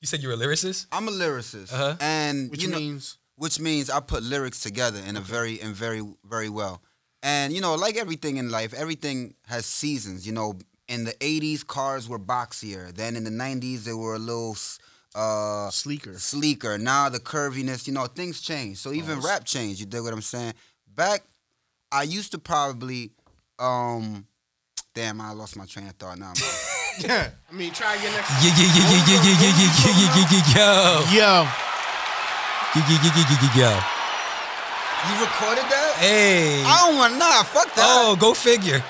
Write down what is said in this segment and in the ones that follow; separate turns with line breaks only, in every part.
You said you were a lyricist.
I'm a lyricist,
Uh-huh.
and
Which
you know,
means
which means I put lyrics together in a very and very very well. And you know, like everything in life, everything has seasons. You know, in the '80s, cars were boxier. Then in the '90s, they were a little s- uh,
sleeker.
sleeker. Now the curviness, you know, things change. So even rap changed. You dig what I'm saying? Back, I used to probably, um, damn, I lost my train of thought now. man.
Yeah. I mean, try again next.
Yeah, yeah, yeah, yeah, yeah, yeah, yeah, yeah, yeah, yeah, yeah, yo.
Yo,
Yeah, yeah, yeah, yeah, yeah, yeah, yo.
you recorded that?
Hey.
I don't want nah. Fuck that.
Oh, go figure.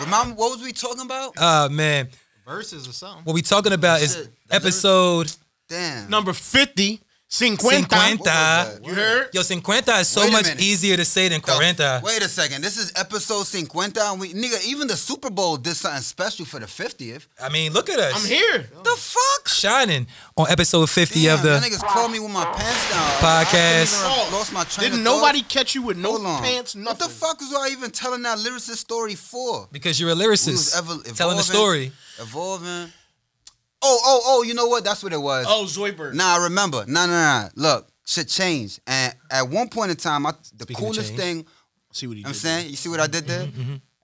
Remember what was we talking about?
Ah, man.
verses or something.
What we talking about is
Shit, the
episode
Damn.
Number 50, 50.
What was that?
You heard?
Yo, 50 is so
Wait a
much
minute.
easier to say than
The-
40.
Wait a second. This is episode 50. And we, nigga, even the Super Bowl did something special for the 50th.
I mean, look at us.
I'm here.
The fuck?
Shining on episode 50
Damn,
of
y'all
the.
niggas called me with my pants down.
Podcast.
I couldn't even- lost my train
Didn't
of thought.
nobody catch you with no
Hold on.
pants, nothing.
What the fuck was I even telling that lyricist story for?
Because you're a
We was
lyricist.
ever evolving,
telling the story.
Evolving. Oh, oh, oh, you know what? That's what it was.
Oh, Zoidberg.
Nah, I remember. Nah, nah, nah. Look, shit changed. And at one point in time, I, the
Speaking of
coolest
change.
thing
See what he
You know
did Mm-hmm,
what I'm saying? You see what I did there?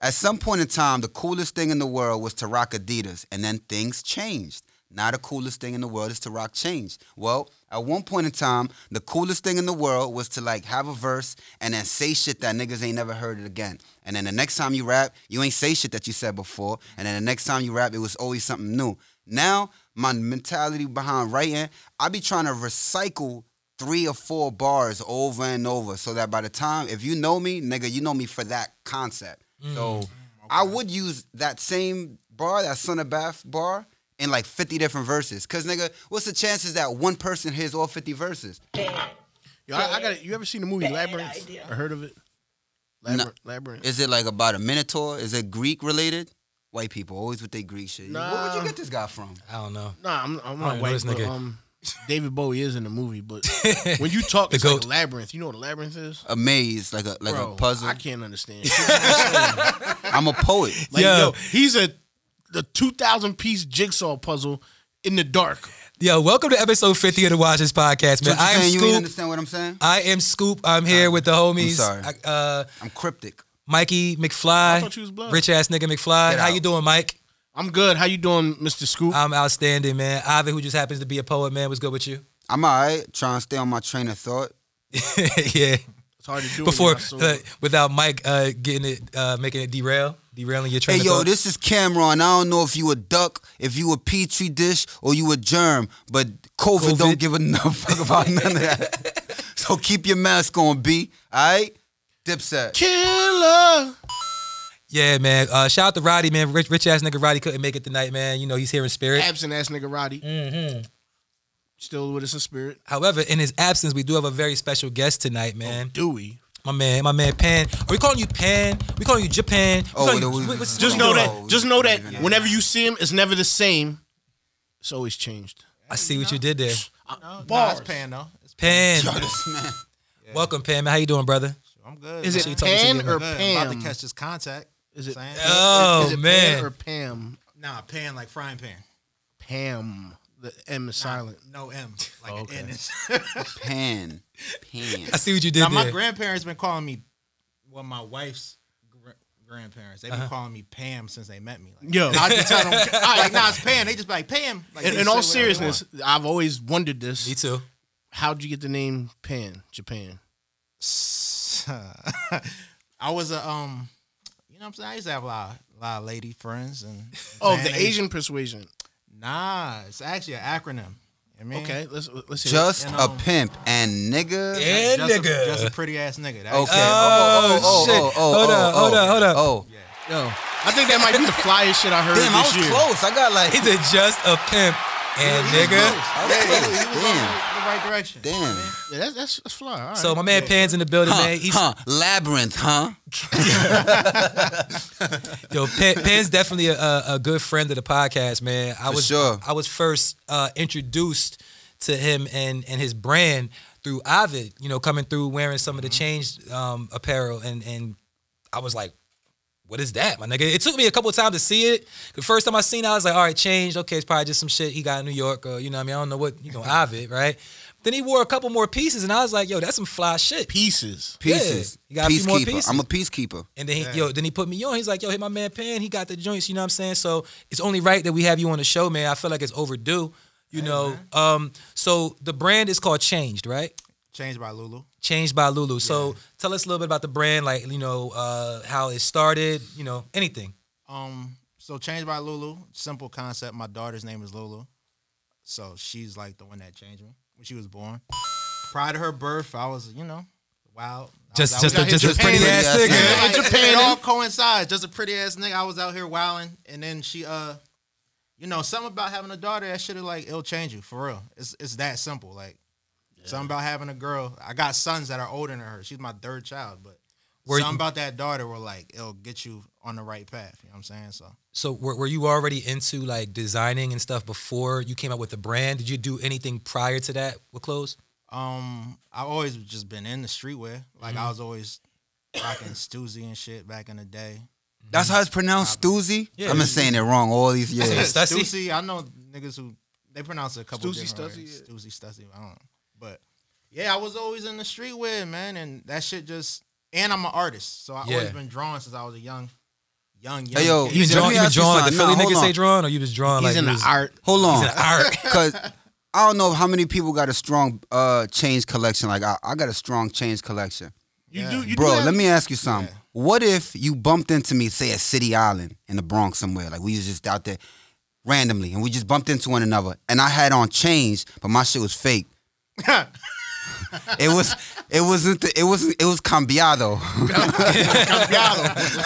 At some point in time, the coolest thing in the world was to rock Adidas, and then things changed. Now the coolest thing in the world is to rock change. Well, at one point in time, the coolest thing in the world was to like have a verse and then say shit that niggas ain't never heard it again. And then the next time you rap, you ain't say shit that you said before. And then the next time you rap, it was always something new. Now my mentality behind writing, I be trying to recycle three or four bars over and over so that by the time if you know me nigga you know me for that concept so i would use that same bar that son of bath bar in like 50 different verses because nigga what's the chances that one person hears all 50 verses
Yo, I, I got You ever seen the movie Labyrinth? Or heard of it? Labyrinth. Labyrinth.
is it like about a minotaur is it greek related white people always with their greek shit where would
Nah.
you get this guy from
I don't know.
Nah, I'm, I'm
I
not
know
white,
this
but
nigga.
um, David Bowie is in the movie, but when you talk,
The
it's like
goat.
a labyrinth. You know what a labyrinth is?
a maze like a like
Bro,
a puzzle
I can't understand. like,
i'm a poet
Yo.
yo. he's a the two thousand piece jigsaw puzzle in the dark.
Yo, welcome to episode 50 of the Watch This Podcast,
So
man.
what you
I am
saying? you ain't
Scoop.
understand what i'm saying
I am Scoop. I'm here with the homies.
sorry.
I- Uh,
i'm cryptic
Mikey McFly.
I thought you was blood.
Rich ass nigga McFly.
Get
How
out.
you doing, Mike?
I'm good. How you doing, Mr. Scoop?
I'm outstanding, man. Ivan, who just happens to be a poet, man, what's good with you?
i'm all right trying to stay on my train of thought
yeah.
it's hard to do
Before,
when you're not
uh,
sober.
without Mike uh, getting it, uh, making it derail, derailing your train
Hey
of
yo,
thought.
this is Cameron. I don't know if you a duck, if you a petri dish, or you a germ, but COVID,
COVID.
don't give enough fuck about none of that. so keep your mask on, B. All right, Dipset.
killer.
Yeah, man. Uh, shout out to Roddy, man. Rich, rich ass nigga Roddy couldn't make it tonight, man. You know he's here in spirit.
Absent ass nigga Roddy. Mm-hmm. Still with us in spirit.
However, in his absence, we do have a very special guest tonight, man.
Dewey.
My man, my man Pan. Are we calling you Pan? We calling you Japan? We
Oh,
calling
no,
you,
we-
what- what's- what's
Just know
going
that.
on?
No,
Just know that
yeah.
whenever you see him, it's never the same. It's always changed.
I see what you did there.
No,
Bars.
it's pan though. It's
Pan,
Yo, this man.
welcome, Pan. Man, how you doing, brother?
I'm good.
Is
you
it
talking to
Pan
your
or
I'm good. I'm about
Pam?
to catch this contact.
Is it-
Saying-
Oh
Is it
man,
Pan or Pam?
Nah, pan like frying pan.
Pam. The M is silent.
No M. Like
Okay.
an N. is-
Pan. Pan.
I see what you did
now
there.
my grandparents been calling me. Well, my wife's gr- grandparents they've been
Uh-huh.
calling me Pam since they met me. Like,
Yo, I just tell them.
like nah, it's Pan. They just be like Pam. Like,
in,
they
in all
say whatever they want.
seriousness, I've always wondered
Me
this.
too.
How'd you get the name Pan, Japan?
I was a um, you know what I'm saying. I used to have a lot, a lot of lady friends and.
Oh,
man,
the
they-
Asian persuasion.
Nah, it's actually an acronym. I mean,
Okay, let's let's hear
Just
You
a
know.
pimp and nigga.
Yeah.
Just a-
nigga.
just a pretty ass nigga. That-
Okay.
Oh, shit. Hold up, hold up, hold up.
Oh.
it. Yo, I think that might be the flyest shit I heard
Damn, I
this
was
year.
close. I got like.
He's a just a pimp and
He was
nigga.
close.
I was
Yeah, he was-
close.
he was going
Damn.
the right direction.
Damn.
Yeah, that's, that's that's fly. All right.
So my man Pan's in the building,
Huh,
man. He's
huh. Labyrinth, huh?
Yo, Pan, Pan's definitely a- a, a good friend of the podcast, man. I
For
was
sure.
I was first uh, introduced to him and and his brand through Ovid.
Mm-hmm.
You know, coming through wearing some of the changed um, apparel, and and I was like, what is that, my nigga? It took me a couple of times to see it. The first time I seen it, I was like, all right, changed. Okay, it's probably just some shit he got in New York, or you know, what I mean, I don't know what you know, Ovid, right? Then he wore a couple more pieces, and I was like, yo, that's some fly shit.
Pieces.
Pieces.
you got a few more
peacekeeper.
pieces.
I'm a peacekeeper.
And then he, yo, then he put me on. He's like, yo, hit my man Pan. He got the joints. You know what I'm saying? So it's only right that we have you on the show, man. I feel like it's overdue. You know. Um. So the brand is called Changed, right?
Changed by Lulu.
Changed by Lulu. So tell us a little bit about the brand, like you know, uh, how it started. You know, anything.
Um, so changed by Lulu. Simple concept. My daughter's name is Lulu, so she's like the one that changed me when she was born. Prior to her birth, I was, you know, wild. I
Just-
was out-
just
I
a-
was out
just
in
a
Japan.
pretty-ass
Yeah,
nigga.
yeah,
In
it-
Japan.
It all coincides. Just a pretty ass nigga. I was out here wilding, and then she, uh, you know, something about having a daughter that should have like it'll change you for real. It's it's that simple. Like something about having a girl. I got sons that are older than her. She's my third child, but
Were you-
something about that daughter will like it'll get you on the right path. You know what I'm saying? So
So were, were you already into like designing and stuff before you came out with the brand? Did you do anything prior to that with clothes?
Um, I've always just been in the streetwear. Like
Mm-hmm.
I was always rocking Stussy and shit back in the day.
That's how it's pronounced, Stoozy.
Yeah.
I've been saying it wrong all these years.
Stussy?
Stussy. I know niggas who they pronounce it a couple
Stussy,
different
Stussy,
ways. Stussy, Stussy. I don't. know. But yeah, I was always in the streetwear, man, and that shit just. And I'm an artist, so I have
Yeah.
always been drawing since I was a young, young, young.
Hey, yo,
kid.
You been
Let
drawing,
me
you been
ask you
drawing like the
something. Nah,
Philly
hold
niggas say
on.
drawing, or you was drawing
He's
like
in
you
the
was,
art.
Hold
he's
on.
an art.
Because I don't know how many people got a strong uh change collection. Like I, I got a strong change collection.
You
Yeah.
do. You
Bro,
do
let me ask you something.
Yeah.
What if you bumped into me, say at City Island in the Bronx somewhere? Like we was just out there randomly and we just bumped into one another and I had on change, but my shit was fake. it was it wasn't the, it was it was cambiado.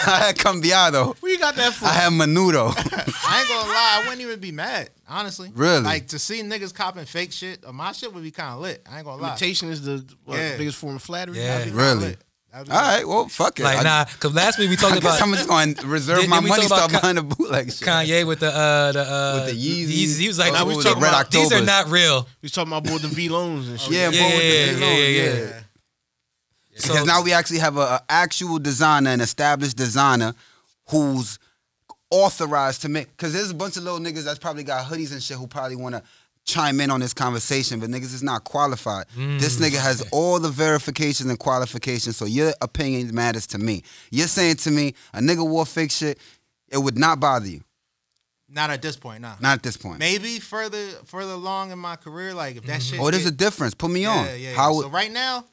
I had cambiado.
where you got that from?
I had menudo.
I ain't gonna lie, I wouldn't even be mad, honestly.
Really?
Like to see niggas copping fake shit, uh, my shit would be kind of lit. I ain't gonna lie.
Imitation is the what,
Yeah.
biggest form of flattery.
Yeah.
That'd be kinda
Really?
lit. That'd be
All
lit.
right, well, fuck it.
Like
I,
nah, because last week we talked
I guess
about
I'm just going to reserve
Didn't
my
we
money,
talk about
start
Ka-
buying the bootleg shit.
Kanye with the uh the uh
With the Yeezys.
He was like, no,
Oh, what
we
was
talking
it, Red
about these are
Octobers.
not real.
He's talking about both the V loans and shit.
Yeah,
Yeah,
boy, with the
yeah,
big
yeah,
nose,
yeah, yeah.
Because
So-
now we actually have a, a actual designer, an established designer, who's authorized to make. Because there's a bunch of little niggas that's probably got hoodies and shit who probably want to chime in on this conversation, but niggas is not qualified. This
Mm.
nigga has all the verifications and qualifications, so your opinion matters to me. You're saying to me, a nigga wore fake shit, it would not bother you.
Not at this point, nah.
Not at this point.
Maybe further further along in my career, like if that shit.
Oh, there's a
get-
difference. Put me on.
yeah, yeah.
How
so right now,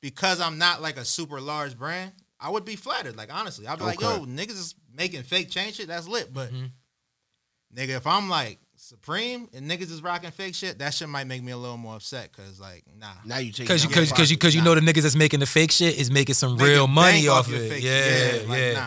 because I'm not like a super large brand, I would be flattered. Like honestly, I'd be like,
Okay.
yo, niggas is making fake change shit. That's lit, but nigga, if I'm like Supreme and niggas is rocking fake shit, that shit might make me a little more upset. Cause like, nah,
Now you take
Cause you,
it
cause,
out.
cause you, cause you know the niggas that's making the fake shit is making some
Making
real money
bank
off
your
it.
fake
Yeah,
shit.
yeah.
like,
yeah.
nah,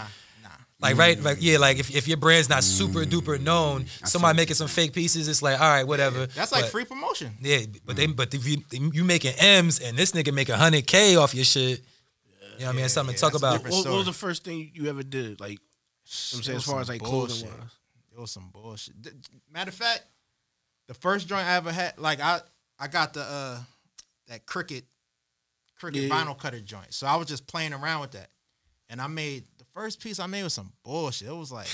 nah.
Like right, like
Mm.
yeah, like if, if your brand's not super duper known, somebody making some fake pieces, it's like all right, whatever.
That's like
But-
free promotion.
Yeah, but
Mm.
they but if you, you making M's and this nigga making hundred K off your shit, you know what I mean? That's something
yeah,
to talk
that's
about.
different.
What, what was
Sorry.
the first thing you ever did? Like, you know what I'm
It
saying, as
was
far
some
as like
bullshit.
clothing wise.
It was some bullshit. Th- Matter of fact, the first joint I ever had, like I, I got the uh that cricket, cricket
Yeah.
vinyl cutter joint. So I was just playing around with that, and I made the first piece I made was some bullshit. It was like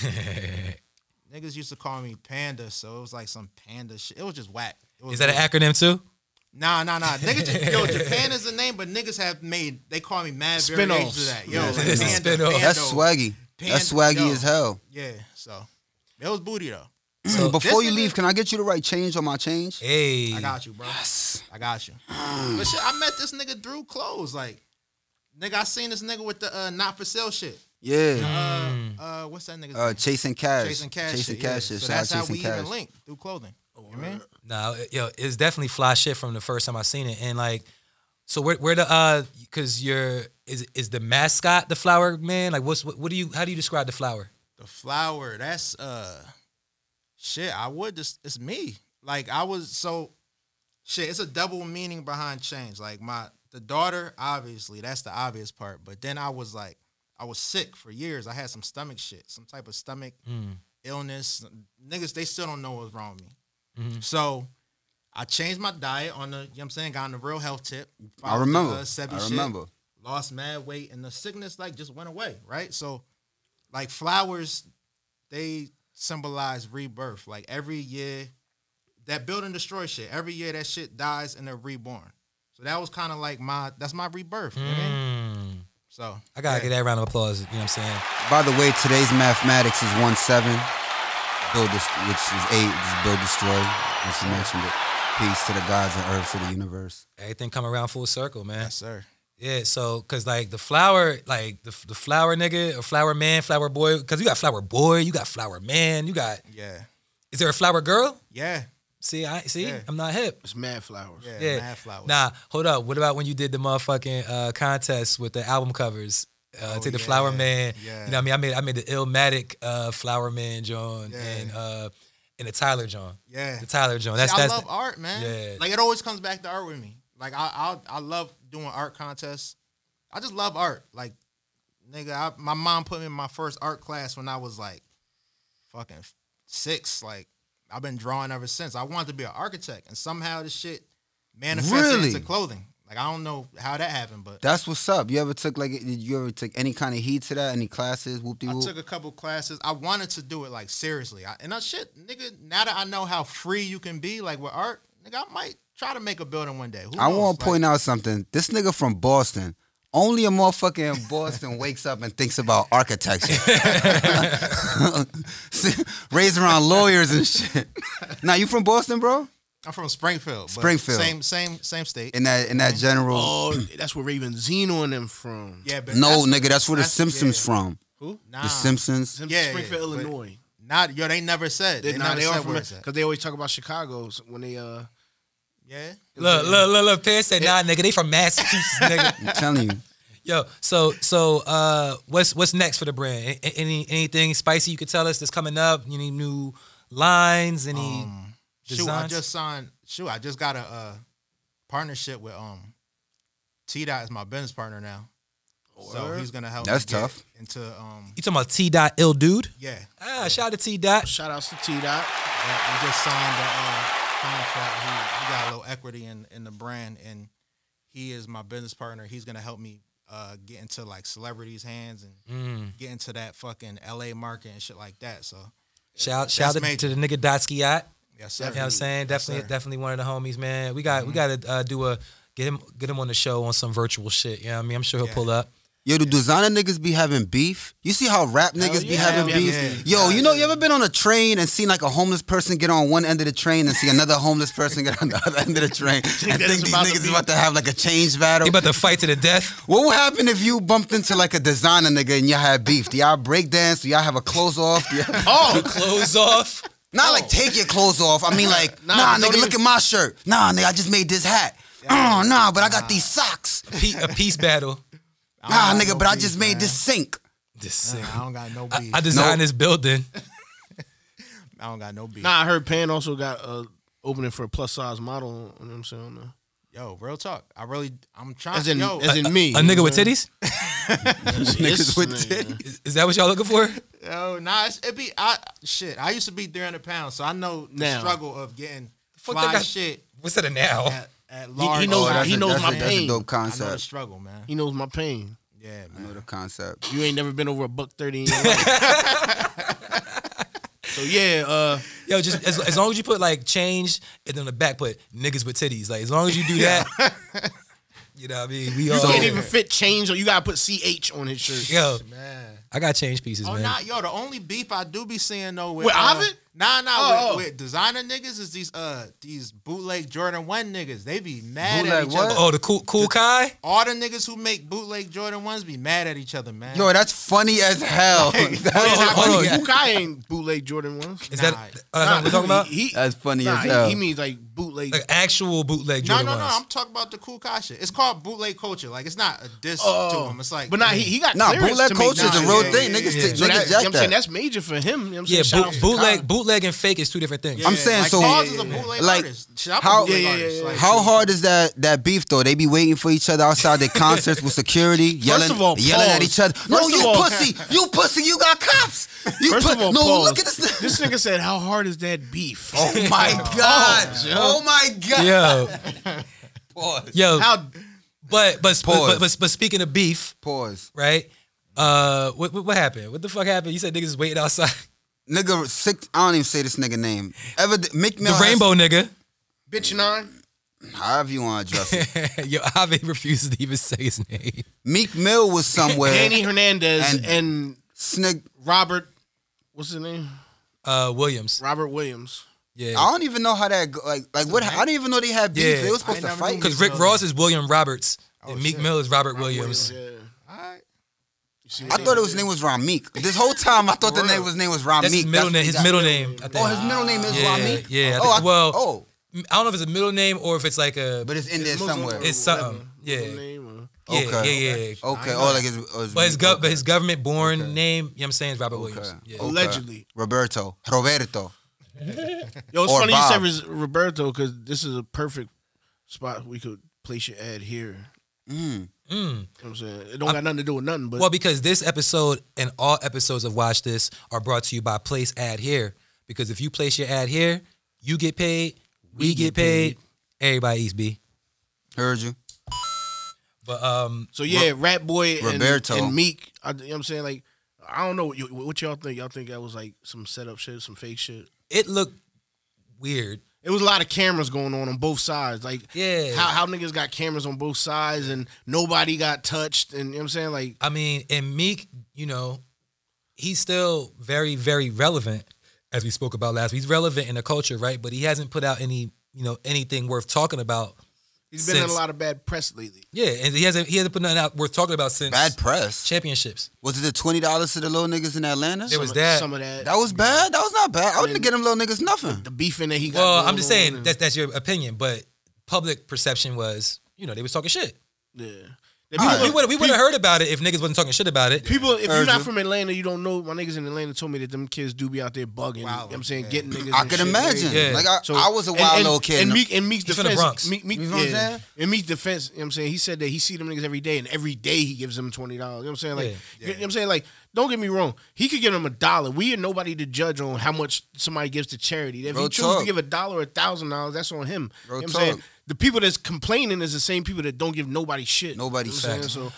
niggas used to call me panda, so it was like some panda shit. It was just whack. It was
Is that an
bull-
acronym too?
Nah, nah, nah. Niggas, yo, Japan is the name, but niggas have made. They call me mad variations
Spinoffs.
of that. Yo,
Yeah,
like
it's a
panda,
spinoff.
pando.
that's swaggy. that's
Pando.
swaggy as hell. Mm,
Yeah, so it was booty though.
So-
Before you
This nigga-
leave, can I get you to write change on my change?
Hey,
I got you, bro. I got you. but shit, I met this nigga through clothes. Like, nigga, I seen this nigga with the uh, not for sale shit.
Yeah.
Uh,
Mm.
uh, what's that nigga's
Uh,
name?
chasing cash.
Chasing Cash.
Chasing
shit,
cash.
Yeah.
shit.
So
Shout out
that's how
Chasing
we
cash.
even linked through clothing. You know what I mean?
No, it- yo, it's definitely fly shit from the first time I seen it. And like, so where where the uh, cause your is is the mascot the flower man? Like, what's what, what do you how do you describe the flower?
The flower. That's uh, shit. I would just. It's me. Like I was so, shit. It's a double meaning behind change. Like my the daughter, obviously, that's the obvious part. But then I was like, I was sick for years. I had some stomach shit, some type of stomach illness. Niggas, they still don't know what's wrong with me. So I changed my diet on the, you know what I'm saying, got on the real health tip.
I remember.
Followed the, uh, Sebi
I
shit,
remember.
lost mad weight and the sickness like just went away, right? So like flowers, they symbolize rebirth. Like every year, that building destroys shit. Every year that shit dies and they're reborn. So that was kind of like my that's my rebirth. you know what I mean?
Mm.
So
I gotta
yeah.
get that round of applause. You know what I'm saying?
By the way, today's mathematics is one seven. Build this, which is eight. Just build destroy. As you mentioned it. Peace to the gods and earth to the universe.
Everything come around full circle, man.
Yes, sir.
Yeah, so cause like the flower, like the the flower nigga or flower man, flower boy, cause you got flower boy, you got flower man, you got.
Yeah.
Is there a flower girl?
Yeah.
See, I see,
Yeah.
I'm not hip.
It's mad flowers.
Yeah.
Yeah.
Mad flowers.
Nah, hold up. What about when you did the motherfucking uh, contest with the album covers? Uh,
Oh,
take the
yeah,
flower man.
yeah.
You know, what I mean, I made I made the Illmatic uh, flower man John
Yeah.
and uh, and the Tyler John.
Yeah.
The Tyler John. That's
See, I
that's
love art, man.
Yeah.
Like it always comes back to art with me. Like I, I I love doing art contests. I just love art. Like nigga, I, my mom put me in my first art class when I was like fucking six. Like I've been drawing ever since. I wanted to be an architect, and somehow this shit manifested
Really?
into clothing. Like I don't know how that happened, but
That's what's up. You ever took like? Did you ever take any kind of heed to that? Any classes? Whoop de
I
whoop.
took a couple classes. I wanted to do it like seriously. I, and I shit, nigga. Now that I know how free you can be, like with art, nigga, I might try to make a building one day. Who
I
knows?
want
Like,
to point out something. This nigga from Boston. Only a motherfucker in Boston wakes up and thinks about architecture. Raised around lawyers and shit. Now you from Boston, bro?
I'm from Springfield. but
Springfield.
Same, same, same state.
In that in that general.
Oh, that's where Raven Zeno and them from.
yeah, but
no,
that's-
nigga, that's where the
that's-
Simpsons
yeah.
from.
Who?
Nah,
The Simpsons.
Zeno,
Yeah,
Springfield,
yeah, but-
Illinois.
Not yo. They never said.
They,
They,
nah,
never
they are
said
from
where it's at.
because they always talk about Chicago's when they uh.
Yeah.
look, look, look, look. Pierce said, nah, nigga, they from Massachusetts, nigga.
I'm telling you.
Yo, so so uh, what's what's next for the brand? A- Any anything spicy you could tell us that's coming up? Any new lines? Any
Um, shoot, I
designs?
just signed. Shoot, I just got a uh, partnership with um. T Dot is my business partner now, so
Word.
he's gonna help.
That's
me get
tough.
Into um.
you talking about T dot ill dude?
Yeah. Oh,
Ah, shout out to T dot.
Shout outs to T Dot.
Yeah, we just signed a uh, contract. He, he got a little equity in, in the brand, and he is my business partner. He's gonna help me uh, get into like celebrities' hands and
Mm.
get into that fucking LA market and shit like that. So
Shout shout out
major.
to the nigga Dotsky yacht.
yes,
You
sir.
know what I'm saying? Definitely,
sir.
definitely one of the homies, man. We got we got to uh, do a get him get him on the show on some virtual shit. You know what I mean? I'm sure he'll
Yeah.
pull up.
Yo, do designer niggas be having beef? You see how rap niggas be
yeah.
having
Hell
beef?
yeah.
Yo, you know, you ever been on a train and seen like a homeless person get on one end of the train and see another homeless person get on the other end of the train and think
that it's
these
about to
niggas is
be-
about to have like a change battle?
They about to fight to the death.
What would happen if you bumped into like a designer nigga and y'all had beef? Do y'all break dance? Do y'all have a clothes off? Do y'all-
Oh, clothes off.
Not like take your clothes off. I mean like, nah,
Nah,
nigga,
don't
look at my shirt. Nah, nigga, I just made this hat. Oh, nah, but I got these socks.
A pe- a peace battle.
Nah,
don't
nigga,
know
but I
beef,
just made
man.
this sink.
This
Nah,
nigga.
I don't got no
I,
beef. I,
I designed
No.
this building.
don't got no beef.
Nah, I heard Pan also got uh opening for a plus size model. You know what I'm saying? Uh,
Yo, real talk. I really, I'm trying.
As in,
Ah, yo,
as in me.
A nigga with titties?
Niggas
with titties.
Is, is that what y'all looking for?
yo, nah, it's, it be I shit. I used to be 300 pounds, so I know the
Now.
struggle of getting
fuck
fly
they got-
shit
What's that now?
at, at large.
knows-
I
that's he
a-
knows
Oh, that's
my
a, That's a
pain.
dope
know the
concept.
struggle, man.
He knows my pain.
Yeah,
I know
man.
the concept.
You ain't never been over a buck thirty in your life. so yeah, uh,
Yo, just as, as long as you put like change and then on the back put niggas with titties. Like as long as you do that, you know what I mean? We all
you can't even fit change. Or you gotta put CH on his shirt.
Yo,
Man.
I got change pieces,
Oh,
man.
nah, yo, the only beef I do be seeing though with,
With
uh,
Ovid?
Nah, nah,
Oh, oh.
with, with designer niggas is these uh these bootleg Jordan One niggas. They be mad at
Bootleg
each
what?
other.
Oh, the cool cool Kai?
All the niggas who make bootleg Jordan ones be mad at each other, man.
Yo, that's funny as hell.
Hold
That's
on,
hold
funny
on.
as-
Bukai ain't bootleg Jordan ones.
Is
Nah.
that uh, Oh, what we're talking about?
He, he-
That's funny
nah,
as
he-
hell.
he means like bootleg.
Like actual bootleg
no,
Jordan
no, no.
ones.
I'm talking about the cool Kai shit. It's called bootleg culture. Like it's not a diss to
Oh,
them. It's like
but nah, he, he got
Nah,
clearance
bootleg
to make
culture is a
nine.
real
yeah,
thing.
yeah,
Niggas,
yeah.
take-
So
niggas
that, you know what
jack
I'm saying
that.
that's major for him. You know what I'm
yeah,
saying? Shout out
boot,
to
bootleg
Kai.
bootleg and fake is two different things.
Yeah,
I'm saying,
like,
so-
Cause is
Yeah,
a
yeah, yeah.
bootleg
Like,
artist. Shit, I'm a
how-
bootleg
Yeah, yeah, yeah,
artist.
yeah.
Like,
How hard is that that beef though? They be waiting for each other outside their concerts with security, yelling,
of all,
yelling at
pause.
each other. no,
First of
you
all-
pussy, you pussy, you got cops. You
First
pu-
of all,
no,
pause.
look at this.
This nigga said, "How hard is that beef?"
Oh my god! Oh my god!
Yo,
Pause.
yo,
How
but but, but
Pause.
but but speaking of beef,
Pause.
right? Uh, what, what what happened? What the fuck happened? You said niggas waiting outside.
Nigga, six, I don't even say this nigga name. Ever Mick
The
Mill has-
rainbow nigga.
Bitch nine.
however you want to address it.
Yo, Ave refuses to even say his name.
Meek Mill was somewhere.
Danny Hernandez
And-
and,
Snig.
Robert. What's his name?
Uh, Williams.
Robert Williams.
I
Yeah,
don't even know how that go. like like what. I don't even know they had beef.
Yeah.
They were
I
supposed to
never
fight.
knew
because Rick Ross is William Roberts and Meek
shit.
Mill is Robert Williams.
Yeah.
All right.
You see
I
what
thought
they
his
did?
name was Ron Meek. This whole time I thought the name was name was Ron
That's
Meek.
his middle name.
That's
His
what he
middle name. I
got.
think.
Oh, his middle name is
yeah,
Ron Meek.
yeah. I
oh,
think- well,
oh,
I don't know if it's a middle name or if it's like a.
but it's in there
Muslim
somewhere.
or
It's something.
whatever.
Yeah.
Muslim name Uh,
yeah,
okay.
yeah, yeah.
okay. Oh, like his. oh,
But his
Meek.
gov-
Okay.
but his government born name, you know what I'm saying, is Robert Williams.
Okay.
Yeah.
or- Allegedly.
Roberto, Roberto.
Yo, it's
Or
funny
Bob.
you said Res- Roberto because this is a perfect spot we could place your ad here.
Mm.
Mm. You know what I'm saying it don't got nothing to do with nothing, but
Well, because this episode and all episodes of Watch This are brought to you by Place Ad Here. Because if you place your ad here, you get paid, we, get, paid, everybody eats B.
Heard you.
But um,
so yeah, Rat Boy and,
Roberto.
and Meek. I, you know what I'm saying like I don't know what, you, what y'all think. Y'all think that was like some setup shit, some fake shit.
it looked weird.
It was a lot of cameras going on on both sides. Like
Yeah.
how, how niggas got cameras on both sides and nobody got touched. And you know what I'm saying like
I mean, and Meek, you know, he's still very, very relevant, as we spoke about last week. He's relevant in the culture, right? But he hasn't put out any, you know, anything worth talking about.
he's been in
Since-
a lot of bad press lately.
Yeah, and he hasn't he hasn't put nothing out worth talking about since
Bad press.
championships.
Was it the twenty dollars to the little niggas in Atlanta?
There was
Some-
that.
some of that.
That was bad. That was not bad. I wouldn't get them little niggas nothing.
the beefing that he got.
Well, I'm
going
just
on
saying
and-
that's that's your opinion, but public perception was, you know, they was talking shit.
Yeah.
Alright.
We would we would have heard about it if niggas wasn't talking shit about it.
People, if you're
Urgent.
not from Atlanta, you don't know. My niggas in Atlanta told me that them kids do be out there bugging. You know what I'm saying getting niggas.
I
and
could
shit.
imagine.
Yeah.
Like I,
So-
I was a
and-
wild
and-
little kid.
And Meek, and Meek's
He's from the
defense,
Bronx.
Meek, Meek,
You know what I'm
yeah.
saying?
In Meek's defense, you know what I'm saying he said that he see them niggas every day, and every day he gives them twenty dollars. You know what I'm saying? Like,
Yeah.
you know what I'm saying? Like, don't get me wrong, he could give them a dollar. We are nobody to judge on how much somebody gives to charity. If
Real
he chooses
talk.
to give a dollar, or a thousand dollars, that's on him. You know
Real
what I'm saying?
talk.
The people that's complaining is the same people that don't give nobody shit.
Nobody
You know what I'm
facts.
saying? So,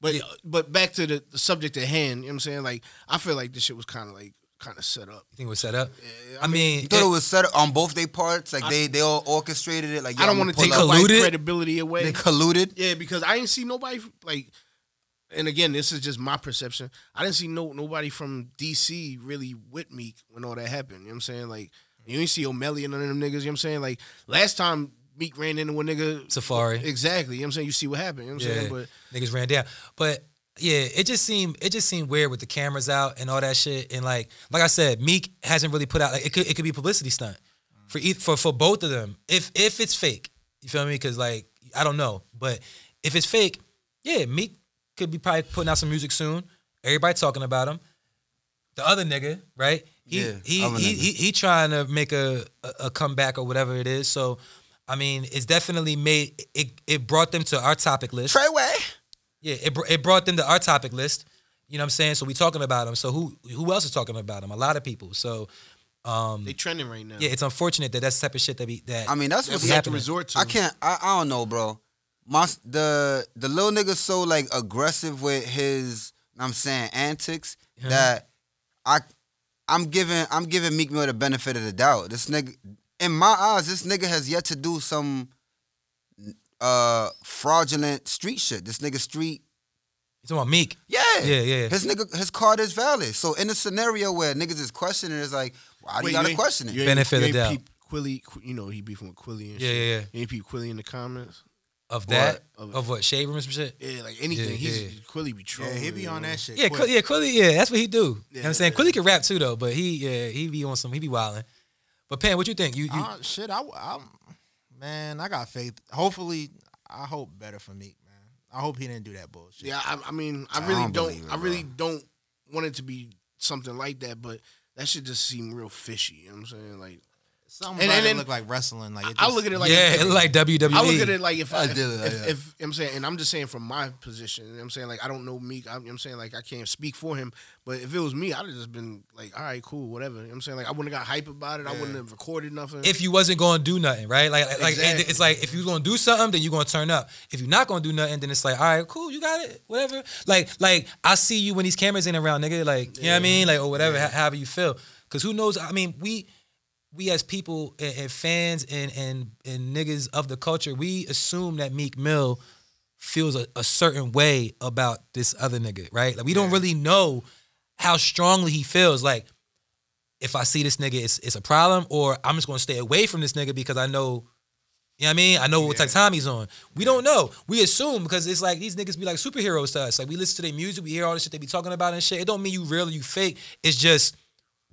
but but back to the, the subject at hand. You know what I'm saying? Like, I feel like this shit was kind of like kind of set up.
You think it was set up? I mean,
You thought
it-
it was set up on both their parts? Like they they all orchestrated it. Like
I don't want
want
to take
pull up.
nobody's
Colluded?
credibility away.
They colluded.
Yeah, because I didn't see nobody like, and again, this is just my perception. I didn't see no nobody from DC really with me when all that happened. You know what I'm saying? Like, you didn't see O'Malley and none of them niggas. You know what I'm saying? Like, last time Meek ran into one nigga.
Safari.
Exactly. You know what I'm saying? You see what happened. You know what I'm
yeah,
saying? But
niggas ran down. But yeah, it just seemed it just seemed weird with the cameras out and all that shit. And like like I said, Meek hasn't really put out like it could it could be a publicity stunt for eith- for for both of them. If if it's fake, you feel me? Because like I don't know, but if it's fake, yeah, Meek could be probably putting out some music soon. Everybody talking about him. The other nigga, right? He
Yeah,
he,
other
he
nigga.
he he trying to make a, a a comeback or whatever it is. So, I mean, it's definitely made it. It brought them to our topic list.
Treyway.
Yeah, it, br- it brought them to our topic list. You know what I'm saying? So we talking about them. So who who else is talking about them? A lot of people. So
they trending right now.
um, yeah, it's unfortunate that that's the type of shit that we that.
I mean, that's
That's
what's
what you have to
happening.
resort to.
I can't. I, I don't know, bro. My s- the the little nigga so like aggressive with his. I'm saying antics that I I'm giving I'm giving Meek Mill the benefit of the doubt. This nigga, in my eyes, this nigga has yet to do some uh fraudulent street shit. This nigga street
you talking about Meek?
Yeah.
Yeah, yeah.
His nigga, his card is valid. So in a scenario where niggas is questioning, it's like, why do
Wait,
you gotta
ain't-
question it?
you ain't-
Benefit
you
of
ain't
doubt.
peeped Quilly, Qu- you know he beefing with Quilly and
Yeah,
shit.
yeah, yeah.
You ain't peep Quilly in the comments.
Of that?
Of-
Of, what? Shave room or some shit?
Yeah, like anything.
Yeah,
He's
yeah.
Quilly be trolling.
Yeah, he be on
you know?
that shit.
Yeah,
quick.
Quilly, yeah, Quilly, yeah, that's what he do. you know what
Yeah.
I'm saying? Quilly can rap too though, but he yeah, he be on some he be wilding. But Pan, what you think? You, you
Uh, shit, I, am man, I got faith. Hopefully, I hope better for Meek, man. I hope he didn't do that bullshit.
Yeah, I, I mean, I
I
really
don't
don't.
believe it,
I really don't want it to be something like that, but that should just seem real fishy. You know what I'm saying? Like,
Some
And-
and,
and then-
look like wrestling. Like it
I
just-
look at it like
yeah, it look like E. WWE.
I look at it like if I,
I
if,
did it like
if-
that.
if- you know what I'm saying, and I'm just saying from my position, you know what I'm saying like I don't know Meek, I, you know what I'm saying like I can't speak for him, but if it was me, I'd have just been like, all right, cool, whatever. You know what I'm saying like I wouldn't have got hype about it, I wouldn't have recorded nothing.
if you wasn't going to do nothing, right? Like, like
Exactly.
it's like if you're going to do something, then you're going to turn up. If you're not going to do nothing, then it's like, all right, cool, you got it, whatever. Like, like I see you when these cameras ain't around, nigga. Like, you know what I mean? Like, or whatever, ho- however you feel. Because who knows? I mean, we we as people and, and fans and and and niggas of the culture, we assume that Meek Mill feels a, a certain way about this other nigga, right? Like, we don't really know how strongly he feels. Like, if I see this nigga, it's, it's a problem, or I'm just gonna stay away from this nigga because I know, you know what I mean? I know what type of time he's on. We don't know. We assume because it's like these niggas be like superheroes to us. Like we listen to their music, we hear all the shit they be talking about and shit. It don't mean you real or you fake. It's just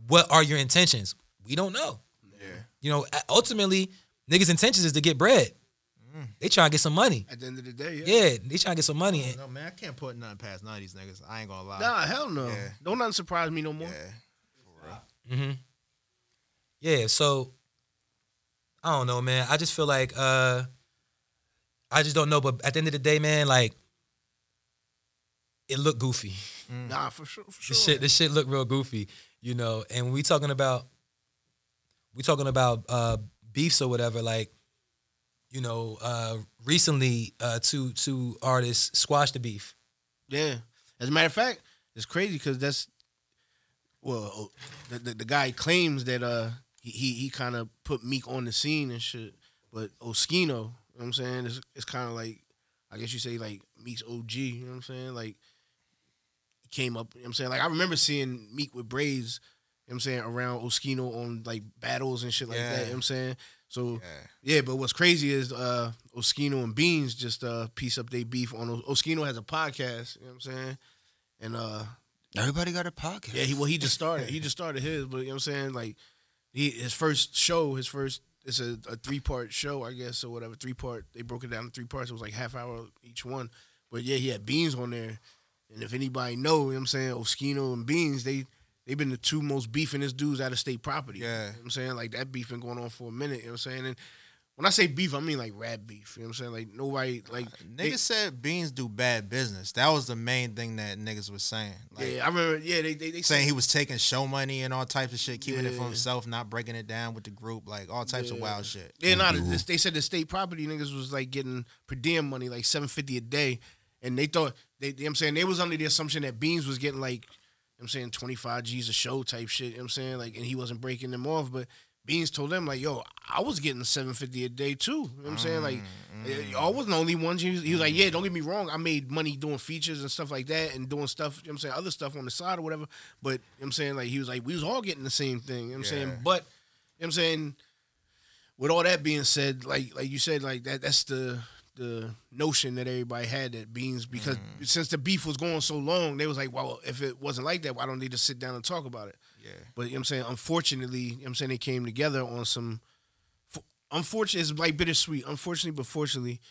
what are your intentions? We don't know. Yeah. You know, ultimately, niggas' intentions is to get bread. They trying to get some money.
At the end of the day, yeah.
Yeah, they trying to get some money.
No man, I can't put nothing past none of these niggas. I ain't gonna lie.
Nah, hell no.
Yeah.
Don't nothing surprise me no more.
Yeah.
Yeah, so I don't know, man. I just feel like uh I just don't know, but at the end of the day, man, like it looked goofy.
Nah, for sure, for
The
sure.
shit this shit looked real goofy, you know. And when we talking about we talking about uh beefs or whatever, like, you know, uh recently uh two two artists squashed the beef.
Yeah. As a matter of fact, it's crazy because that's well, oh, the, the the guy claims that uh he he, he kind of put Meek on the scene and shit, but Oskino, you know what I'm saying, it's it's kind of like I guess you say like Meek's OG, you know what I'm saying, like he came up, you know what I'm saying, like I remember seeing Meek with braids, you know what I'm saying, around Oskino on like battles and shit like
Yeah.
that, you know what I'm saying. So
Yeah.
yeah, but what's crazy is uh Oskino and Beans just uh piece up their beef on Oskino has a podcast, you know what I'm saying? And uh
Everybody got a podcast.
yeah, he well he just started. He just started his, but you know what I'm saying? Like he his first show, his first it's a, a three part show, I guess, or whatever. Three part they broke it down in three parts. It was like half hour each one. But yeah, he had beans on there. And if anybody know, you know what I'm saying, Oskino and Beans, they they've been the two most beefing this dude's out of state property. You
Yeah.
know what I'm saying? Like that beef been going on for a minute, you know what I'm saying? And when I say beef, I mean like rap beef. You know what I'm saying? Like nobody like
Niggas said beans do bad business. That was the main thing that niggas was saying. Like
they, yeah, I remember yeah, they they, they
saying he was taking show money and all types of shit, keeping it for
Yeah.
himself, not breaking it down with the group, like all types of
Yeah.
wild shit.
Yeah, not they said the state property niggas was like getting per diem money, like seven fifty a day, and they thought they. You know what I'm saying they was under the assumption that Beans was getting like, you know what I'm saying twenty five G's a show type shit. You know what I'm saying like, and he wasn't breaking them off, but Beans told them like, yo, I was getting seven fifty a day too. You know what I'm saying like, I wasn't the only one. He was, he was like, yeah, don't get me wrong, I made money doing features and stuff like that, and doing stuff. You know what I'm saying other stuff on the side or whatever. But you know what I'm saying like he was like, we was all getting the same thing. You know what I'm saying,
Yeah.
but you know what I'm saying with all that being said, like like you said, like that that's the the notion that everybody had that beans because since the beef was going so long, they was like, Well, if it wasn't like that, why don't they just sit down and talk about it?
Yeah.
But you know what I'm saying, unfortunately, you know what I'm saying they came together on some f- unfortunate it's like bittersweet. Unfortunately, but fortunately,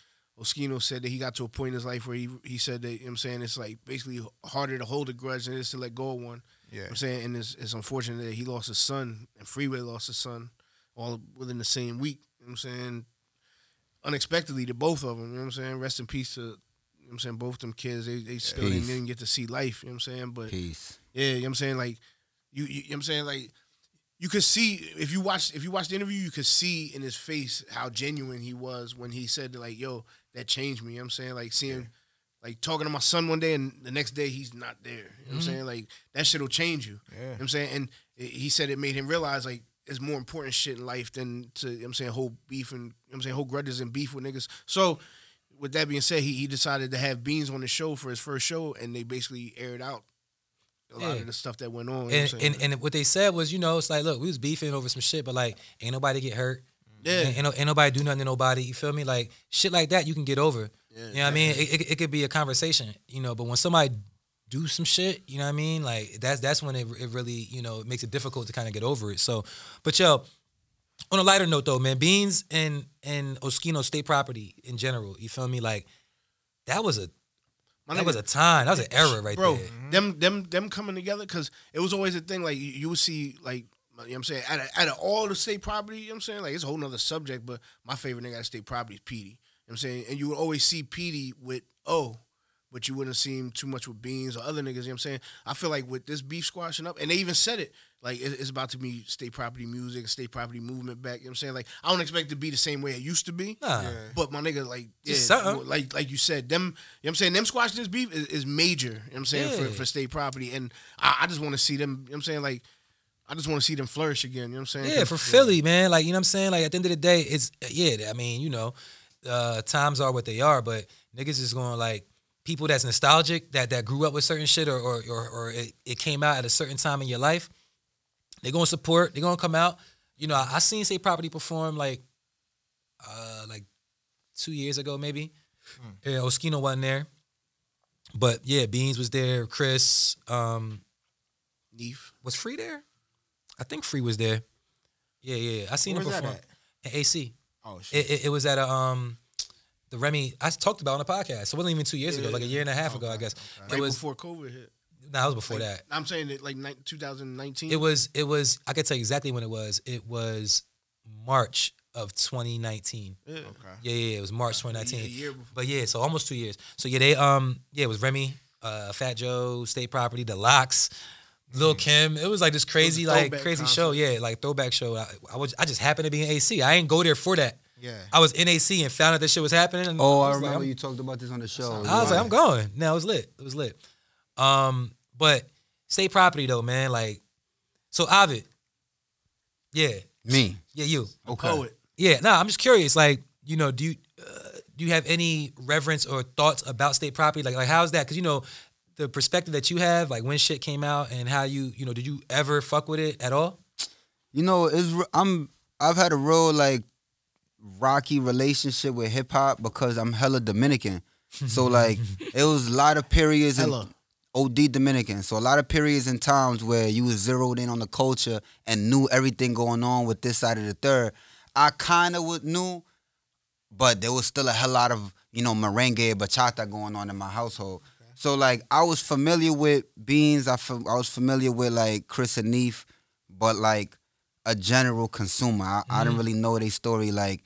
Oskino said that he got to a point in his life where he he said that you know what I'm saying it's like basically harder to hold a grudge than it is to let go of one.
Yeah.
I'm saying, and it's, it's unfortunate that he lost his son and Freeway lost his son all within the same week. You know what I'm saying? Unexpectedly to both of them. You know what I'm saying? Rest in peace to, you know what I'm saying, both them kids. They, they still
Peace.
didn't get to see life. You know what I'm saying? But
Peace.
yeah, you know what I'm saying? Like, you, you, you know what I'm saying? Like, you could see if you watch if you watch the interview, you could see in his face how genuine he was when he said that, like, "Yo, that changed me." You know what I'm saying, like, seeing, like, talking to my son one day and the next day he's not there. You know what
Mm-hmm.
I'm saying, like, that shit will change you. You know what I'm saying, and it, he said it made him realize like it's more important shit in life than to you know what I'm saying whole beef and you know what I'm saying whole grudges and beef with niggas. So with that being said, he, he decided to have Beans on the show for his first show, and they basically aired out a lot
Yeah.
of the stuff that went on. you know
And,
what I'm saying?
and and what they said was, you know, it's like, look, we was beefing over some shit, but like, ain't nobody get hurt.
Yeah.
Ain't, ain't no- ain't nobody do nothing to nobody. You feel me? Like shit like that, you can get over. you know what I mean? It, it, it could be a conversation, you know. But when somebody do some shit, you know what I mean? Like that's that's when it, it really, you know, it makes it difficult to kind of get over it. So, but yo, on a lighter note though, man, Beans and and Oskino state property in general. You feel me? Like that was a
My
that
nigga-
was a time. That was an era right
bro,
there.
them them them coming together because it was always a thing. Like you, you would see like You know what I'm saying? Out of, out of all the state property, you know what I'm saying? Like, it's a whole nother subject, but my favorite nigga out of state property is Petey. You know what I'm saying? And you would always see Petey with O, but you wouldn't see him too much with Beans or other niggas, you know what I'm saying? I feel like with this beef squashing up, and they even said it, like, it- it's about to be state property music, state property movement back, you know what I'm saying? Like, I don't expect it to be the same way it used to be.
Nah.
Yeah.
But my nigga, like, yeah,
Just something.
like, like you said, them, you know what I'm saying, them squashing this beef is, is major, you know what I'm saying, for,
Yeah.
for state property. And I, I just want to see them, you know what I'm saying, like, I just want to see them flourish again, you know what I'm saying?
Yeah, for Philly, man. Like, you know what I'm saying? Like, at the end of the day, it's, yeah, I mean, you know, uh, times are what they are, but niggas is going, to like, people that's nostalgic, that that grew up with certain shit or or, or, or it, it came out at a certain time in your life, they're going to support, they're going to come out. You know, I, I seen Say Property perform, like, uh, like two years ago, maybe. Yeah, Oskino wasn't there. But yeah, Beans was there, Chris, um,
Neef.
was Free there? I think Free was there. Yeah, yeah. yeah. I seen
Where's
him
that
perform.
at?
At AC.
Oh shit.
It, it, it was at a um the Remy I talked about it on the podcast. So it wasn't even two years ago, like a year and a half ago, I guess.
Right
It was
before COVID hit.
nah, it was before
Like,
that.
I'm saying that like ni- 2019.
It was it was I could tell you exactly when it was. It was March of 2019.
Yeah.
okay.
Yeah, yeah, yeah, it was March
A
2019.
year before.
But yeah, so almost two years. So yeah, they um yeah, it was Remy, uh, Fat Joe, State Property, The Locks, Lil Kim. It was like this crazy like
throwback
crazy
concert.
show. Yeah, like throwback show. I, I was I just happened to be in AC. I ain't go there for that.
Yeah.
I was in AC and found out this shit was happening. And
Oh, I,
was like,
remember
I'm-
you talked about this on the show.
I was like, I'm going. No, it was lit. It was lit. Um, but State Property though, man. Like, so Ovid. Yeah,
me.
yeah, you.
Okay.
Poet.
Yeah, no, I'm just curious. Like, you know, do you uh, do you have any reverence or thoughts about state property? Like, like how's that? Because you know, the perspective that you have, like when shit came out and how you, you know, did you ever fuck with it at all?
You know, it's re- I'm I've had a real like rocky relationship with hip hop because I'm hella Dominican. So like it was a lot of periods in
Hella.
OD Dominican. So a lot of periods and times where you was zeroed in on the culture and knew everything going on with this side of the third. I kind of would knew, but there was still a hell lot of you know merengue and bachata going on in my household. So like I was familiar with Beans, I fa- I was familiar with like Chris and Neef, but like a general consumer, I, I didn't really know their story like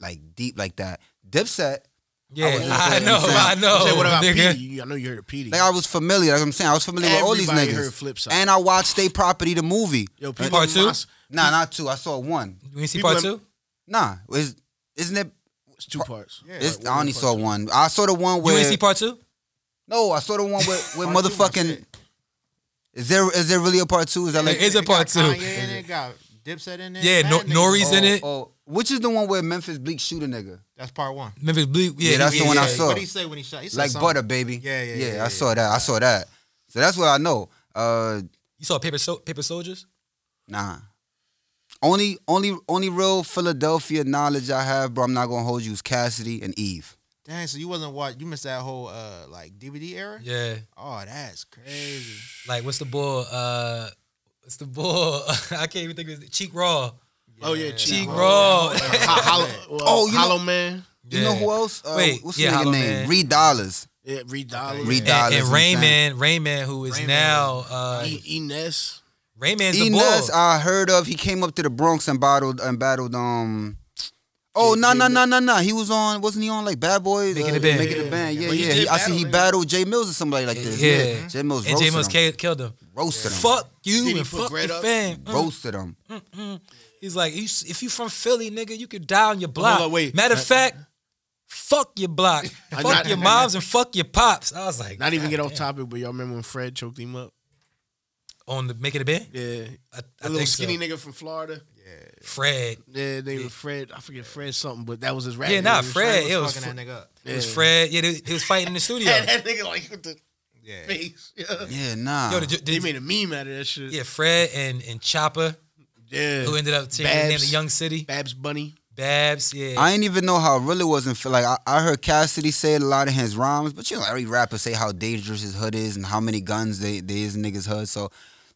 like deep like that. Dipset,
Yeah,
wasn't
I,
saying-
know,
I'm saying-
I know.
Say, what about
nigga.
Petey? You- I know you heard of Petey.
like I was familiar. Like I'm saying, I was familiar with all these
Everybody
niggas.
heard Flipside.
And I watched they property the movie.
Yo, people
Part two?
Mas-
Nah, not two. I saw one.
You ain't see
People
part
in-
two?
Nah, is isn't it?
It's two parts.
Yeah.
It's,
like,
I only
what
saw one. I saw the one where
you ain't see part two?
No, I saw the one with, with
Part two, my
motherfucking.
shit.
Is there is there really a part two? Is that like
There is a
It got
part two.
Kanye in it, got Dipset in it.
Yeah,
mad
no,
niggas.
Nori's in
Oh,
it.
Oh, which is the one where Memphis Bleak shoot a nigga?
That's part one.
Memphis Bleak. Yeah,
Yeah, that's
he-
the one
yeah,
I saw.
What did he say when he shot? He said
Like
something.
butter, baby.
Yeah, yeah, yeah,
I
yeah,
saw that. I saw that. So that's what I know. Uh,
You saw Paper so- Paper Soldiers?
nah. Only only only real Philadelphia knowledge I have, bro. I'm not gonna hold you. Is Cassidy and Eve.
Dang, so you wasn't watch. You missed that whole uh like DVD era.
Yeah.
Oh, that's crazy.
Like what's the bull? Uh what's the bull? I can't even think of his Cheek Raw.
Oh yeah, Cheek
Cheek
Ho-
Raw.
Ho- Hollow.
Oh,
Oh,
you know-
Hollow Man.
You know
Yeah.
who else? Uh,
Wait,
what's
yeah,
the
Hollow
nigga
Man.
name? Reed Dollars.
Yeah, Reed Dollar. E,
Reed
And, and
Dollars, you know what I'm
Rayman, Rayman, who is
Rayman.
now uh,
E- Ines.
Rayman's the
Enes,
bull.
I heard of. He came up to the Bronx and battled and battled. Um. Oh no no no no no! He was on. Wasn't he on like Bad Boys?
Making
uh,
the Band.
Making the band. Yeah
Well, he
yeah. He-
did
I see he
battle, nigga.
battled Jay Mills or somebody like this.
Yeah.
Yeah. Jay Mills
And J.
roasted
Mills
him.
ki- killed him.
roasted him.
Fuck you
Did he
and
put
fuck
Red
your
up?
fam. Mm.
Roasted him.
He's like, you, s- if you from Philly, nigga, you could die on your block.
on, wait.
Matter of
Uh,
fact, fuck your block,
I'm
fuck
not-
your moms, and fuck your pops. I was like,
Not e- even get off topic, but y'all remember when Fred choked him up?
on the making it bed.
Yeah,
I,
a
I
little
think
skinny
so.
nigga from Florida.
Fred.
Yeah, nigga Fred. I forget Fred something, but that was his rap.
Yeah,
name.
nah,
It was
Fred.
was
It was,
fucking
Fre-
that nigga up.
it was Fred. Yeah, they, they was fighting in the studio.
Had that nigga like with the
Yeah.
face. Yeah.
Yeah nah.
Yo, did, you- did,
They made a meme out of that shit.
yeah, Fred and and Chopper,
yeah.
who ended up taking the name
Babs.
of Young City.
Babs Bunny.
Babs. Yeah.
I ain't even know how it really was in Philly. Like I, I heard Cassidy say it a lot in his rhymes, but you know every rapper say how dangerous his hood is and how many guns they they is in niggas hood. So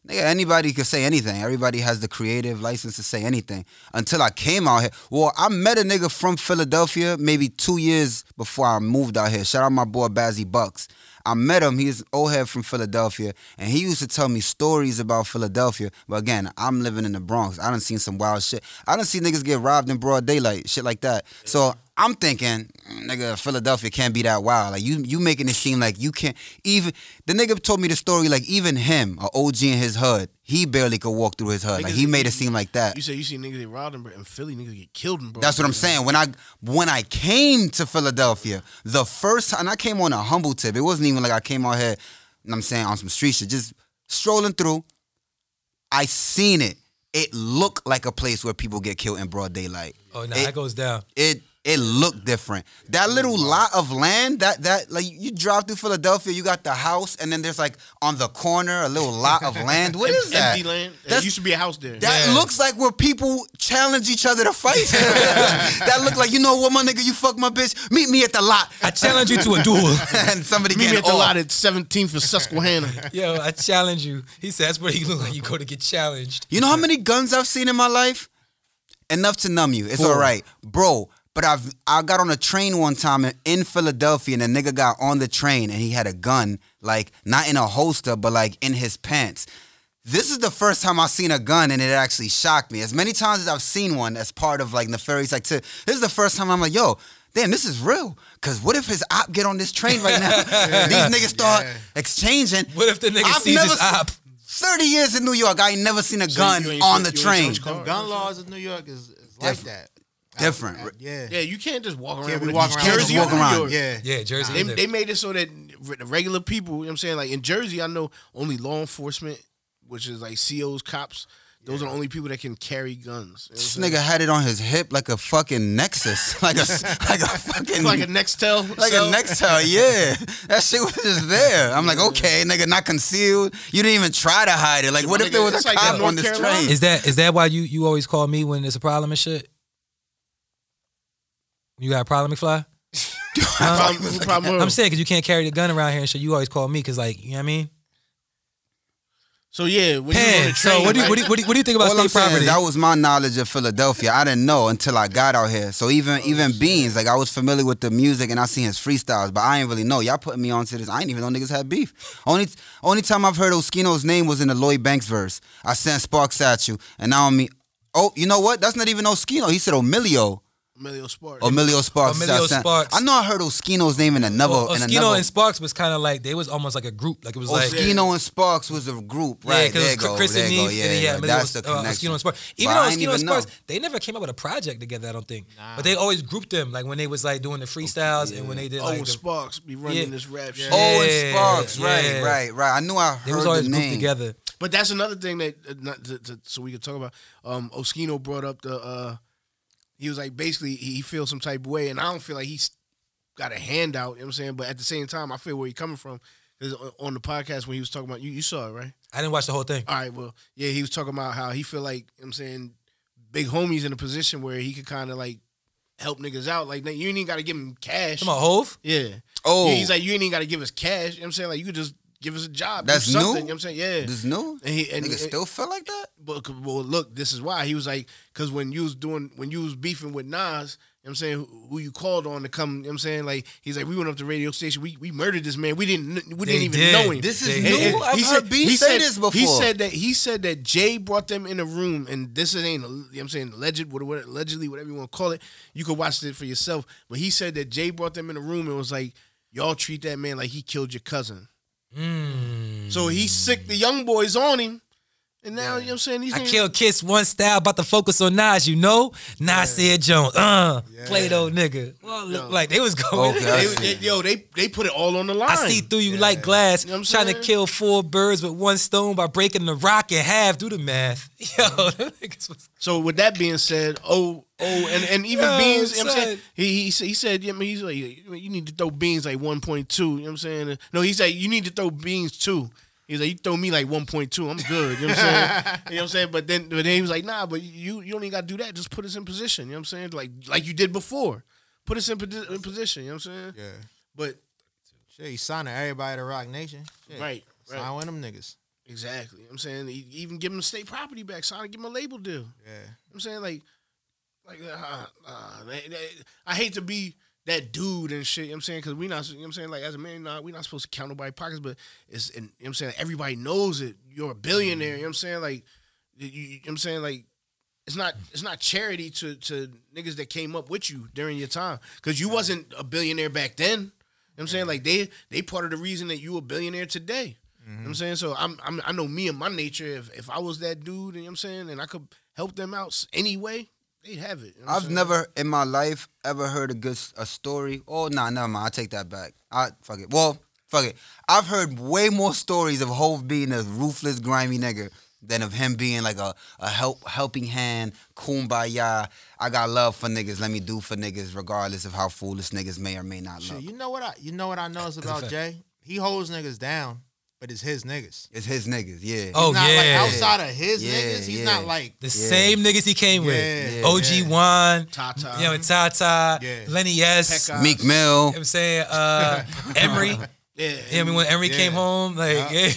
nigga, anybody could say anything. Everybody has the creative license to say anything. Until I came out here, well, I met a nigga from Philadelphia maybe two years before I moved out here. Shout out my boy Bazzy Bucks. I met him. He's an old head from Philadelphia, and he used to tell me stories about Philadelphia. But again, I'm living in the Bronx. I done seen some wild shit. I done seen niggas get robbed in broad daylight, shit like that. So I'm thinking, "Mm, nigga, Philadelphia can't be that wild. Like you, you making it seem like you can't even. The nigga told me the story like even him, a OG in his hood, he barely could walk through his hood. Like
Niggas-
he made it seem like that.
You say you see niggas get robbed in, Bro- in Philly, niggas get killed in bro.
That's what I'm saying. When I when I came to Philadelphia, the first time and I came on a humble tip. It wasn't even like I came out here, and I'm saying on some street shit, just strolling through. I seen it. It looked like a place where people get killed in broad daylight.
Oh no,
It-
that goes down.
It it looked different. That little lot of land that that like you drive through Philadelphia, you got the house, and then there's like on the corner a little lot of land. What is that?
Empty land.
That's-
there used to be a house there.
That
Yeah.
looks like where people challenge each other to fight. that look like you know what, my nigga, you fuck my bitch. Meet me at the lot,
I challenge you to a duel.
and somebody
Meet me
getting
at the
off.
lot at 17th and Susquehanna.
Yo, I challenge you. He said that's where you look like you go to get challenged.
you know how many guns I've seen in my life? Enough to numb you. It's all right, bro. But I've I got on a train one time in, in Philadelphia, and a nigga got on the train and he had a gun, like not in a holster, but like in his pants. This is the first time I've seen a gun and it actually shocked me. As many times as I've seen one as part of like nefarious activity, this is the first time I'm like, yo, damn, this is real. Cause what if his op get on this train right now? These niggas start exchanging.
What if the nigga
I've
sees
never
his
se-
op?
30 years in New York, I ain't never seen a
So
gun
you ain't
on the
switch- you
train.
ain't switch
Them
cars.
gun laws in New York is, is like that.
Different.
I- I- yeah.
Yeah, you can't just walk around.
Can't be
with a
walking around
Jersey
just walking
on
around.
New York.
Yeah.
Yeah, Jersey.
They,
is
they made it so that re- the regular people, you know what I'm saying? Like in Jersey, I know only law enforcement, which is like COs, cops, those are the only people that can carry guns. You know
This
what I'm
nigga had it on his hip like a fucking Nexus. Like a, s- like a fucking.
saying? like a Nextel.
like
cell.
a Nextel, yeah. That shit was just there. I'm like, okay, nigga, not concealed. You didn't even try to hide it. Like, what if there was a
It's like
cop
that
on
North
this
Carolina.
train?
is that is that why you you always call me when there's a problem and shit? You got a problem, McFly? Huh?
Problem- problem
I'm
with-
saying because you can't carry the gun around here and shit. You always call me because, like, you know what I mean?
So yeah, when you on the
Pan.
train,
So what do you
like,
what do you, what do you, what do you think about
All I'm
state
saying
property?
is that was my knowledge of Philadelphia. I didn't know until I got out here. So even even Beans, like I was familiar with the music and I seen his freestyles, but I ain't really know. Y'all putting me onto this. I ain't even know niggas had beef. Only only time I've heard Oskino's name was in the Lloyd Banks verse. I sent Sparks at you, and now I'm. Oh, you know what? That's not even Oskino. He said Emilio.
Emilio Sparks.
Oh,
Emilio Sparks. is
Emilio
out of San-
Sparks.
I know I heard Oskino's name in another.
Well,
in
Oskino
another Oh,
and Sparks was kind of like they was almost like a group. Like it was like
Oskino and Sparks was a group,
Yeah,
right?
because
there
it was
you go,
Chris
there
and
you go.
Neve,
Yeah,
and then, yeah,
yeah,
Emilio
that's the
was, uh,
connection.
Oskino and Sparks.
But
Even
I
though
ain't
Oskino and
even know.
Sparks, they never came up with a project together. I don't think, but they always grouped them. Like when they was like doing the freestyles and when they did
Oh,
like the,
Sparks be running
Yeah.
this rap shit.
Yeah.
Oh, and Sparks,
yeah.
right, right, right. I knew I heard
they was always
the
grouped
name.
together.
But that's another thing that uh, not to, to, so we could talk about. Um, Oskino brought up the uh, he was like basically he he feels some type of way, and I don't feel like he's got a handout. You know what I'm saying? But at the same time, I feel where he's coming from. 'Cause on- on the podcast when he was talking about you, you saw it right.
I didn't watch the whole thing.
Oh,
All right, well, yeah, he was talking about how he feel like you know what I'm saying big homies in a position where he could kind of like help niggas out. Like you ain't even got to give him cash.
Come on, Hove.
Yeah.
Oh,
Yeah, he's like, you ain't even gotta give us cash. You know what I'm saying? Like you could just give us a job. do
That's new?
something, You know what I'm saying? Yeah.
this new
and he and,
nigga
and
still feel like that.
but, well, look, this is why. He was like, cause when you was doing when you was beefing with Nas, you know what I'm saying, who, who you called on to come, you know what I'm saying? Like he's like, we went up to the radio station, we we murdered this man. We didn't kn- we
They
didn't even
did.
know him.
This is
They-
new.
and-
I've
he
heard B
he
say
said-
this before.
He said that he said that Jay brought them in a room, and this is ain't a- you know what I'm saying alleged, what, what, allegedly, whatever you want to call it. You could watch it for yourself. But he said that Jay brought them in a room and was like, "Y'all treat that man like he killed your cousin." So
Mm.
he sick the young boys on him, and now you know what I'm saying these
I
niggas-
killed Kiss one style, about to focus on Nas. You know, Nas said Jones. Uh, play Doh nigga. Well, look, like they was going.
Okay,
They,
I see.
they- yo, they they put it all on the line.
I see through you like glass.
You know what I'm
trying to
saying?
kill four birds with one stone by breaking the rock in half. Do the math. Yo, them niggas was
So with that being said, oh oh, and, and even
Yo,
beans, you know what I'm saying
son.
he he said, he said, yeah, I mean, he's like, you need to throw beans like 1.2. You know what I'm saying? No, he's like, you need to throw beans too. He's like, you throw me like 1.2, I'm good. You know what I'm saying? you know what I'm saying? But then, but then he was like, nah, but you you don't even got to do that. Just put us in position. You know what I'm saying? Like like you did before, put us in, posi- in position. You know what I'm saying?
Yeah.
But
Shit, he signing everybody to Rock Nation. Shit.
right,
Sign
right,
with them niggas.
exactly. You know what I'm saying E- even give him state property back, sign, give him a label deal.
Yeah.
I'm saying like, like uh, uh, they- they- I hate to be that dude and shit, you know what I'm saying? Cause we not you know what I'm saying, like as a man, not we not supposed to count nobody pockets, but it's and, you know what I'm saying, everybody knows it. You're a
Mm-hmm.
billionaire, you know what I'm saying? Like you, you you know what I'm saying, like it's not it's not charity to to niggas that came up with you during your time. Cause you wasn't a billionaire back then. You know what I'm saying? Like they they part of the reason that you a billionaire today. You
Mm-hmm.
know what I'm saying? So I'm, I'm I know me and my nature, if if I was that dude, you know what I'm saying, and I could help them out s- anyway, they'd have it. You know what I'm
I've
saying?
never in my life ever heard a good s- a story. Oh, nah, never mind. I take that back. I fuck it. Well, fuck it. I've heard way more stories of Hove being a ruthless, grimy nigga than of him being like a, a help helping hand, kumbaya. I got love for niggas. Let me do for niggas, regardless of how foolish niggas may or may not
Shit,
look.
you know what I you know what I know is about
fact.
Jay? He holds niggas down, but it's his niggas.
It's his niggas. Yeah.
Oh
not
yeah,
like outside of his
Yeah,
niggas, he's
yeah.
not like
the same niggas he came with,
Yeah,
OG
yeah. Uh-huh.
Juan,
Tata.
you know Tata,
Yeah.
Lenny S,
Pekka.
Meek Mill.
you know what I'm saying uh, Emery.
Yeah,
Yeah, I mean, when Emery
Yeah.
came home, like yeah.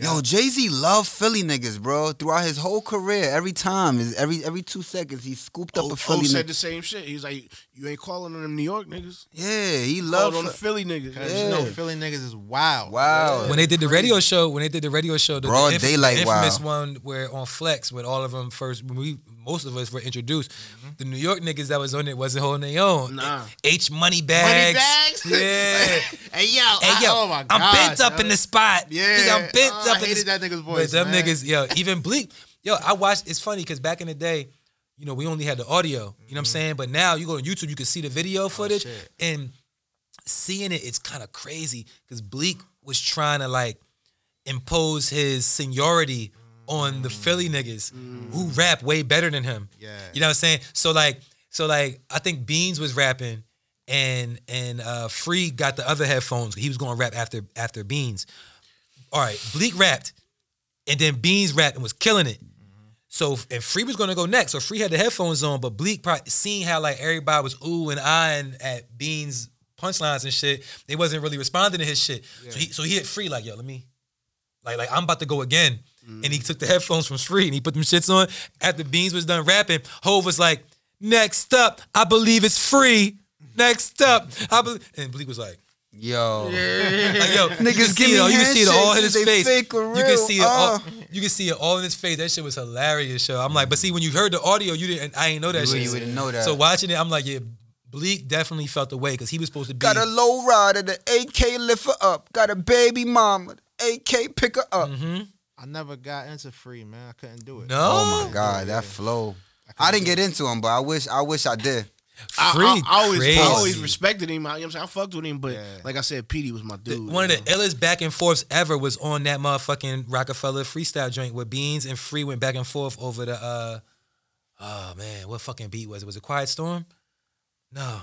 Yo, Jay Z loved Philly niggas, bro. Throughout his whole career, every time, is every every two seconds, he scooped up
Oh,
O,
a Philly
O
nigga.
said the same shit. He's like, you ain't calling on them New York niggas.
Yeah, he
Called
loved.
on the Philly niggas.
Cause you know
Yeah.
Philly niggas is wild.
wow.
when they did the radio show, when they did the radio show, the,
Broad
the inf-
daylight,
infamous
wow.
one where on Flex, when all of them first, when we most of us were introduced,
Mm-hmm.
the New York niggas that was on it wasn't holding their own.
Nah.
H Money Bags,
Bags?
yeah.
Hey yo, I-
Hey yo,
oh my god,
I'm bent up
yo.
in the spot.
Yeah,
Nigga, I'm bent
Oh, I
up in the
hated
spot.
that nigga's voice,
But them
man.
niggas, yo, even Bleak, yo, I watched. It's funny because back in the day, you know, we only had the audio. You know what I'm saying? But now you go on YouTube, you can see the video footage,
Mm-hmm. Oh, shit.
and seeing it, it's kind of crazy because Bleak was trying to like impose his seniority on the Philly niggas who rap way better than him.
Yeah.
You know what I'm saying? So like, so like, I think Beans was rapping, and and uh, Free got the other headphones. He was going to rap after after Beans. All right, Bleak rapped, and then Beans rapped and was killing it. So and Free was gonna go next. So Free had the headphones on, but Bleak probably seeing how like everybody was ooh and eyeing at Beans punchlines and shit, they wasn't really responding to his shit. So he so he hit Free like, yo, let me like like I'm about to go again. And he
Mm.
took the headphones from Free and he put them shits on. After Beans was done rapping, Hove was like, next up, I believe it's free. Next up, I believe and Bleak was like,
Yo.
like yo, you can
Niggas
see
give
it all.
me
You can see it all in
handshakes
his
if they
face.
fake or
You can
real.
see it all.
Oh.
You can see it all in his face. That shit was hilarious, yo. I'm like, but see, when you heard the audio, you didn't. I ain't know that
You-
shit.
you wouldn't know that.
So watching it, I'm like, yeah, Bleak definitely felt the way because he was supposed to be.
Got a low rider, the AK lift her up. Got a baby mama, the AK pick her up.
Mm-hmm.
I never got into free, man. I couldn't do it.
no,
Oh my God, that flow. I didn't get into him, but I wish I wish I did.
I,
free.
I, I always,
crazy.
I always respected him. I, you know what I'm saying? I fucked with him, but
Yeah.
like I said, Petey was my dude.
One of
you
the illest back and forths ever was on that motherfucking Rockefeller freestyle joint where Beans and Free went back and forth over the uh oh man, what fucking beat was it? Was it Quiet Storm? No.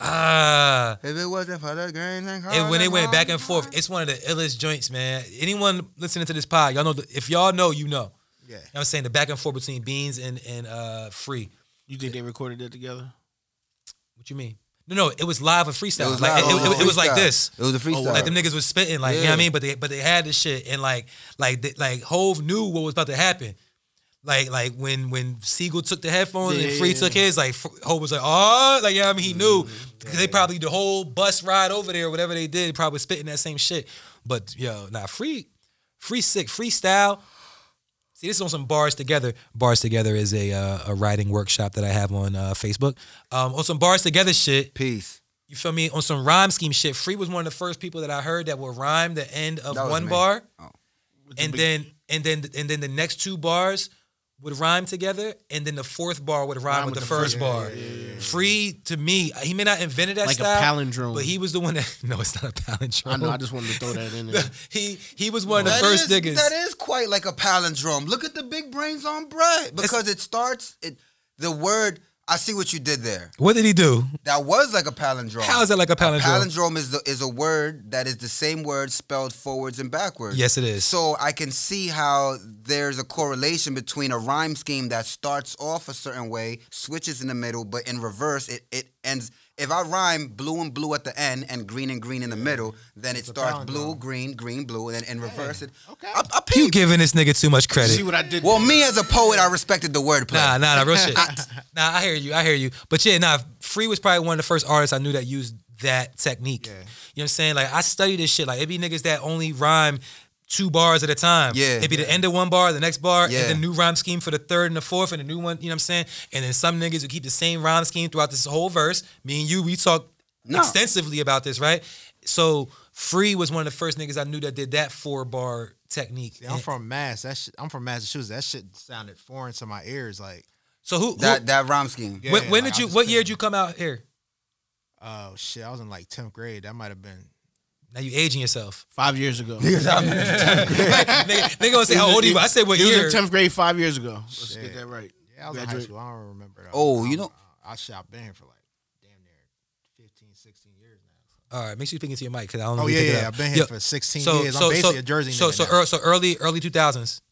Ah,
If it wasn't for the green and
And when they went back and forth, it's one of the illest joints, man. Anyone listening to this pod, y'all know the, if y'all know, you know. You
Yeah.
know what I'm saying the back and forth between Beans and and uh Free.
You think they recorded it together?
What you mean? No, no, it was live and freestyle. It was, like
live.
it, it- it was like
freestyle.
this. Oh,
It was a freestyle.
Like them niggas was spitting, like you know what
Yeah.
I mean. But they but they had this shit, and like like they, like Hove knew what was about to happen. Like like when when Siegel took the headphones and
Yeah,
Free
yeah,
took his, like Fr- Hove was like, oh, like you know what I mean. He knew 'Cause they probably the whole bus ride over there, whatever they did, probably spitting that same shit. But yo, nah, Free, Free sick freestyle. See, this is on some bars together. Bars together is a uh, a writing workshop that I have on uh, Facebook. Um, on some bars together shit.
Peace.
You feel me? On some rhyme scheme shit. Free was one of the first people that I heard that would rhyme the end of
That was
one
me. Oh.
bar,
With the
and
big- E.
then and then and then the next two bars would rhyme together, and then the fourth bar would rhyme, with, the, first bar. Free to me, he may not invented that
Like a
style,
palindrome.
but he was the one that. No, it's not a palindrome.
I know. I just wanted to throw that in there.
he he was one of the
That
first
is-
niggas.
That is quite like a palindrome. Look at the big brains on bread because it starts it. The word I see what you did there.
What did he do?
That was like a palindrome.
How is that like a palindrome?
Palindrome is the, is a word that is the same word spelled forwards and backwards.
Yes, it is.
So I can see how there's a correlation between a rhyme scheme that starts off a certain way, switches in the middle, but in reverse it, it ends. If I rhyme blue and blue at the end and green and green in the middle, then it starts blue, green, green, blue, and then in reverse it.
Okay.
I, I
you
peep.
giving this nigga too much credit.
See what I did?
Well, me as a poet, I respected the wordplay.
Nah, nah, nah, real shit. nah, I hear you, I hear you. But yeah, nah, Free was probably one of the first artists I knew that used that technique.
Yeah.
You know what I'm saying? Like I study this shit. Like it be niggas that only rhyme two bars at a time.
Yeah.
It be the end of one bar, the next bar,
Yeah.
and the new rhyme scheme for the third and the fourth and the new one, you know what I'm saying? And then some niggas who keep the same rhyme scheme throughout this whole verse. Me and you, we talk
No.
extensively about this, right? So Free was one of the first niggas I knew that did that four bar technique.
Yeah, I'm from Mass. That shit, I'm from Massachusetts. That shit sounded foreign to my ears. Like,
so who, who
That that rhyme scheme.
Yeah,
when, when
like,
did
I
you
was
what year
thinking-
did you come out here?
oh shit, I was in like tenth grade. That might have been.
Now you aging yourself.
Five years ago.
nigga, nigga gonna say how old are you? I said what
He was
year?
in tenth grade five years ago. Let's
Shit.
get that right.
Yeah, I was in high
Graduate-
school. I don't remember. Though.
Oh, you
I'm-
know-
I, I shit, I've been here for like damn near 15, 16 years now.
All right, make sure you speak into your mic because I don't.
Oh
really
yeah,
pick it
yeah,
up.
I've been here
Yo,
for sixteen
so,
years.
so,
I'm basically
so,
a Jersey
So
nigga
so,
now.
ear- so early early two thousands.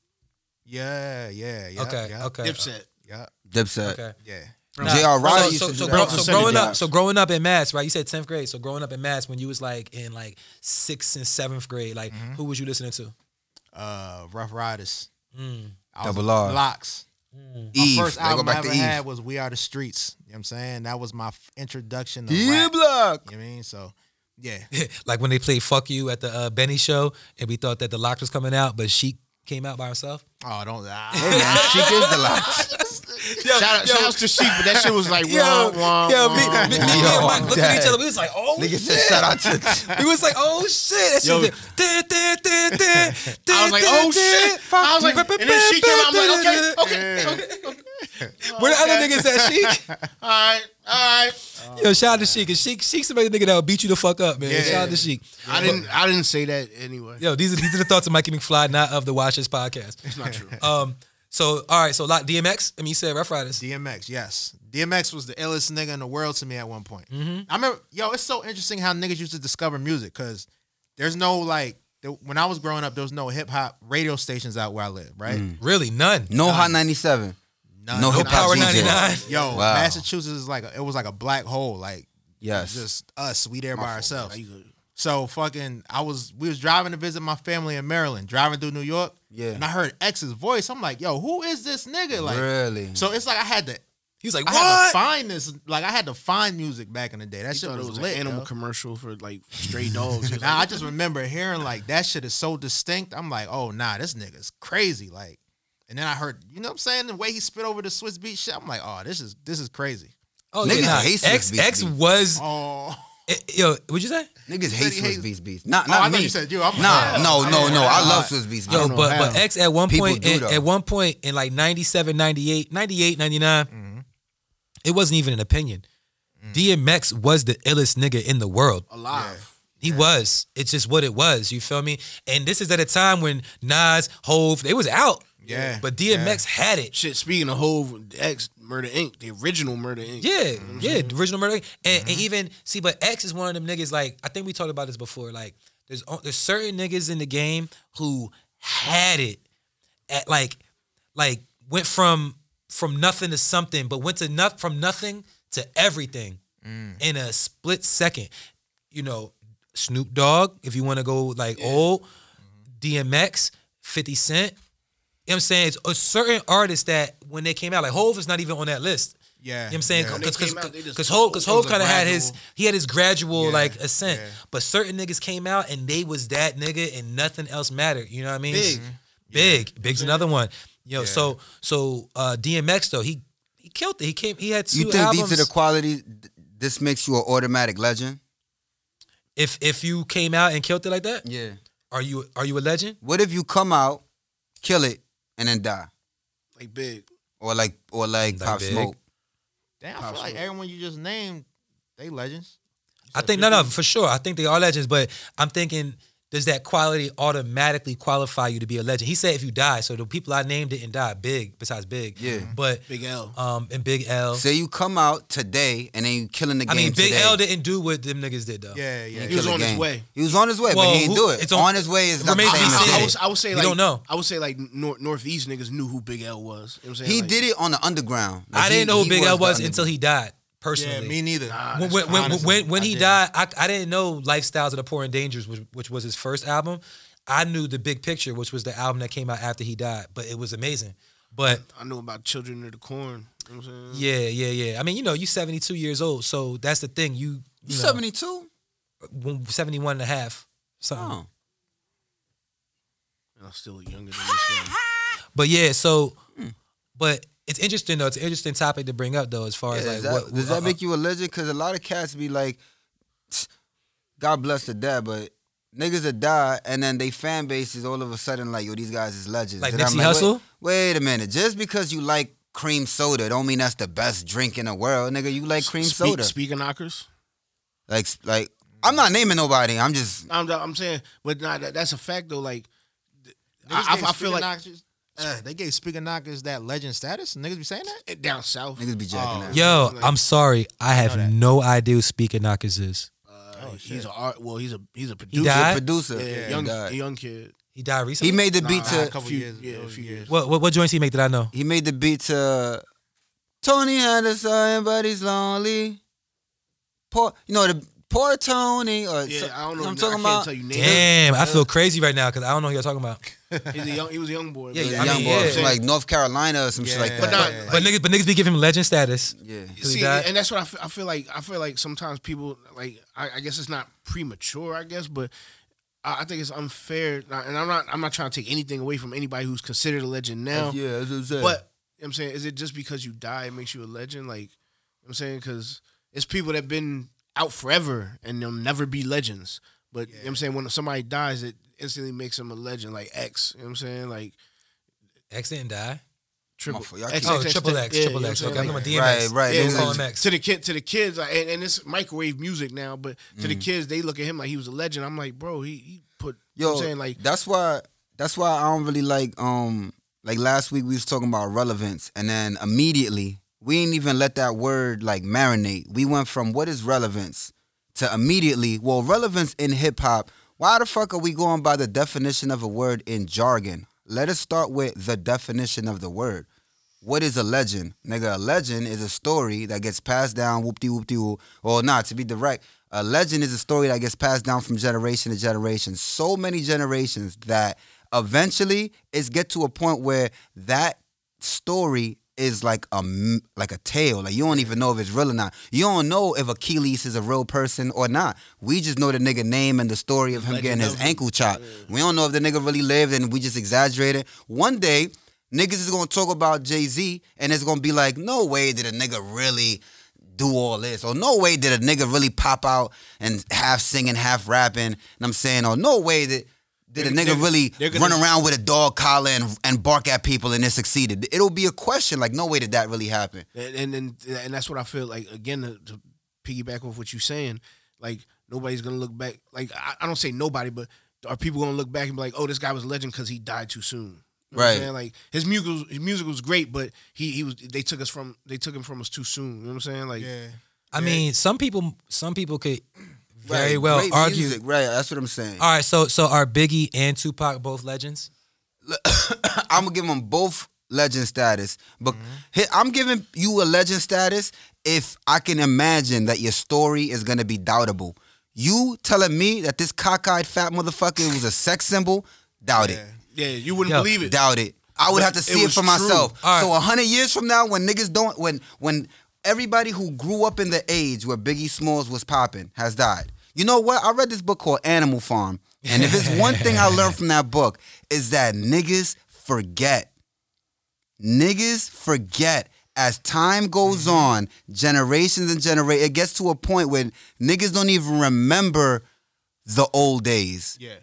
Yeah, yeah, yeah.
Okay,
yeah,
okay,
Dipset.
Yeah,
Uh,
Dipset.
okay.
yeah.
Nah,
J.R. Ryder
so,
used
so,
to
so,
do
grow-
that.
so
Percentage
growing up,
wise.
so growing up in mass, right? You said tenth grade. So growing up in mass, when you was like in like sixth and seventh grade, like
Mm-hmm.
who was you listening to?
Uh, Rough Riders.
Mm.
I was
Double R.
Blocks.
Eve.
My first
They go
album I
back to
ever
Eve.
had was We Are the Streets. You know what I'm saying? That was my f- introduction to
Yeah,
rap.
E block.
You know what I mean? So, yeah.
like when they played "Fuck You" at the uh, Benny show, and we thought that the lock was coming out, but she came out by herself.
Oh, don't.
Hey, man, she is the lock.
Yo,
Shout out,
yo,
shouts to Sheep, but that shit was like,
yo,
wah, wah,
yo, me,
wah,
me, me, me
wah.
and
Yo,
Mike looked at
I'm
each
dead.
other. We was like, oh
Nigga said shout out to.
He was like, "Oh shit!" That
Yo.
shit did, did, did, did, did,
I was like, oh shit. I was like, and then she came out. I'm like, okay, okay, okay.
Where the other niggas at, Sheik?
All right, all right.
Yo, shout out to Sheik. And Sheik, Sheik's somebody nigga that will beat you the fuck up, man.
Yeah.
Shout out to Sheik.
I didn't, I didn't say that anyway.
Yo, these are these are the thoughts of Mikey McFly, not of the Watch This podcast.
It's not true.
Um, so all right, so a lot DMX. I mean, you said Rough Riders.
DMX, yes. DMX was the illest nigga in the world to me at one point. I remember, yo, it's so interesting how niggas used to discover music because there's no like, the, when I was growing up, there was no hip hop radio stations out where I live, right?
Really, none.
No Hot 97.
None.
Mm. No
None.
hip hop
Power
DJ.
99.
Yo,
Wow.
Massachusetts is like, a, it was like a black hole. Like,
Yes.
just us, we there by
Now
ourselves.
you good.
So fucking, I was we was driving to visit my family in Maryland, driving through New York.
Yeah.
and I heard X's voice. I'm like, yo, who is this nigga? Like,
really?
so it's like I had to,
He was like,
I had to
"What?"
find this. Like, I had to find music back in the day. That
He
shit
thought
was,
it was an
lit.
animal
yo.
commercial for like stray dogs. He was
Nah, I
like,
just remember hearing like that shit is so distinct. I'm like, oh nah, this nigga's crazy. Like, and then I heard, you know what I'm saying? The way he spit over the Swiss Beat shit, I'm like, oh, this is this is crazy.
Oh,
Niggas
yeah, nah.
hate Swiss
X
Beats,
X
dude.
was.
Oh,
eh, Yo, what'd you say?
Niggas hate
said he
Swiss
hates-
Beats beats. Not,
Oh,
not
I
me.
thought you said you. I'm
Nah,
like,
no,
I
no,
don't
no.
know.
I love
Alright.
Swiss Beats.
Yo,
beats.
don't know
but
how.
but X at one
People
point
do,
in,
though.
at one point in like 97, 98, 98, 99, it wasn't even an opinion. DMX was the illest nigga in the world.
Oh, alive.
He was. It's just what it was. You feel me? And this is at a time when Nas, Hove, they was out.
Yeah,
But DMX had it.
Shit. Speaking of whole X Murder Inc., the original Murder Inc.
Yeah, yeah, the original murder. And, and even see, but X is one of them niggas. Like I think we talked about this before. Like there's o- there's certain niggas in the game who had it at like like went from from nothing to something, but went to not from nothing to everything in a split second. You know, Snoop Dogg. If you want to go like old, DMX, Fifty Cent. You know what I'm saying? It's a certain artist that when they came out, like Hove is not even on that list.
Yeah,
You know what I'm saying?
yeah.
they came out, they just-
Because Hove,
it was a
kind of had his
gradual-
he had his gradual
Yeah,
like ascent,
yeah.
but certain niggas came out and they was that nigga and nothing else mattered. You know what I mean?
Big.
big, big's another one. You know, so so uh, DMX though he he killed it. He came he had two
You think
albums.
these are the qualities? th- This makes you an automatic legend?
if if you came out and killed it like that,
Yeah.
are you are you a legend?
What if you come out, kill it, and then die?
Like big.
Or like, or like,
Like
Pop
Big.
Smoke?
Damn, I feel like everyone you just named, they legends.
I think no, no, for sure. I think they are legends, but I'm thinking, does that quality automatically qualify you to be a legend? He said if you die, so the people I named didn't die. Big, besides Big,
Yeah.
but
Big L.
um, and Big L. I
Say you come out today and then you killing the game
mean, Big
today.
L didn't do what them Oh. niggas did though.
Yeah, yeah.
You
He
kill
was
the
on his
game.
way.
He was on his way,
Well,
but he didn't
who-
do it.
it's
on,
on-
his way is not the
remains to be
same as
seen.
I,
did
was,
it.
I would say
You
like
don't know.
I would say like North Northeast niggas knew who Big L was. You know what I'm saying?
He
Like,
did it on the underground.
I
Like, he-
didn't know
he
who Big L
the
was
underground.
until he died.
Yeah,
Personally,
me neither.
when when, when,
Honestly,
when, when
I
he
didn't.
died, I, I didn't know Lifestyles of the Poor and Dangerous, which, which was his first album. I knew the Big Picture, which was the album that came out after he died, but it was amazing. But
I know about Children of the Corn. You know what I'm
Mm-hmm.
saying?
yeah, yeah, yeah. I mean, you know, you 72 years old, so that's the thing. You,
You
you know,
seventy two?
71 and a half, something.
Oh,
And I'm still younger than this guy.
But yeah, so
Hmm.
but it's interesting though. It's an interesting topic to bring up though, as far
Yeah,
as like
does that,
what
does
uh,
that make you a legend? Because a lot of cats be like, God bless the dead, but niggas that die, and then they fan base is all of a sudden like, yo, these guys is legends.
Like
And I'm
Nipsey
wait-
Hussle?
Wait, a minute, just because you like cream soda, don't mean that's the best drink in the world, nigga. You like cream
Speak-
soda,
Speaker knockers.
like like. I'm not naming nobody. I'm just
I'm, I'm saying, but nah, that, that's a fact though. Like,
Niggas
I- I-
gave
I feel
speaker
like-
knockers- uh, they gave speaker knockers that legend status. Niggas be saying that.
it eh, down south. Um,
niggas be jacking
Oh.
that.
Yo,
Like-
I'm sorry, I have
Know that.
no idea who Speaker Knockers is.
Uh,
Oh,
he's
shit.
a art. Well, he's a he's a
He
producer.
The
died.
producer,
Yeah,
yeah,
young
he, died.
young kid.
He died recently.
He made the
Nah,
beat
Nah, a
to
couple
few-
years.
yeah,
ago,
a few years.
what, what what joints he make that I know?
he made the beat to Tony had a son, but he's lonely. Poor, you know the poor Tony. Or
Yeah,
so-
I don't know.
I'm
I
talking
can't
about
tell you names.
Damn, I
uh,
feel crazy right now because I don't know who you're talking about.
He's a young. He was a young boy.
Yeah,
but-
yeah,
Yeah,
I
young
mean,
boy
yeah.
from like North Carolina or some shit like that.
Yeah.
But not-
Yeah.
But niggas, but niggas be giving him legend status.
yeah,
Till he
See,
died.
and that's what I feel, I feel like. I feel like sometimes people like. I, I guess it's not premature. I guess, but I, I think it's unfair. And I'm not. I'm not trying to take anything away from anybody who's considered a legend now.
yeah, that's what I'm saying.
But you know what I'm saying, is it just because you die it makes you a legend? Like you know what I'm saying, because it's people that've been out forever and they'll never be legends. But you know what I'm saying, when somebody dies, it instantly makes them a legend. Like X, you know what I'm saying, like
X didn't die.
triple
for y'all
Oh, Triple X,
yeah,
Triple
you know what
X.
I'm
Okay, I'm talking
saying, like-
about
right,
DMX.
right.
Yeah,
They
It
was
was
like,
calling
like-
X.
to the kid, to the kids, like, and, and it's microwave music now. But to
Mm.
the kids, they look at him like he was a legend. I'm like, bro, he, he put. you know
yo,
what I'm saying like,
that's why that's why I don't really like um like last week we was talking about relevance and then immediately we didn't even let that word like marinate. We went from what is relevance to immediately well relevance in hip hop. Why the fuck are we going by the definition of a word in jargon? Let us start with the definition of the word. What is a legend? Nigga, a legend is a story that gets passed down whoop de whoop de whoop. Or not, to be direct, a legend is a story that gets passed down from generation to generation. So many generations that eventually it's get to a point where that story is like a m- like a tale. Like you don't even know if it's real or not. You don't know if Achilles is a real person or not. We just know the nigga name and the story of him getting his ankle chopped. We don't know if the nigga really lived and we just exaggerated. One day niggas is gonna talk about Jay Z and it's gonna be like, no way did a nigga really do all this, or no way did a nigga really pop out and half singing, half rapping. And I'm saying, or no way that. Did a
They're-
nigga really
they're gonna-
run around with a dog collar and, and bark at people and it succeeded? It'll be a question like, no way did that really happen.
and and and that's what I feel like. Again, to, to piggyback off what you're saying, like nobody's gonna look back. Like I, I don't say nobody, but are people gonna look back and be like, "Oh, this guy was a legend because he died too soon." You know what I'm
Right.
saying? Like his music, was, his music was great, but he he was they took us from they took him from us too soon. You know what I'm saying? Like
Yeah.
I
Yeah.
mean, some people, some people could very
Right,
well
great
argue.
music, right, that's what I'm saying.
All right, so so are Biggie and Tupac both legends?
I'm gonna give them both legend status. But he- I'm giving you a legend status if I can imagine that your story is gonna be doubtable. You telling me that this cockeyed fat motherfucker was a sex symbol? Doubt it.
yeah, you wouldn't
Yo,
believe it.
Doubt it. I would
But
have to
it
see it,
was
for
true.
myself.
All right.
So a hundred years from now, when niggas don't, when when everybody who grew up in the age where Biggie Smalls was popping has died. You know what? I read this book called Animal Farm, and if it's one thing I learned from that book is that niggas forget. Niggas forget as time
Mm-hmm.
goes on, generations and generations. It gets to a point where niggas don't even remember the old days
Yeah.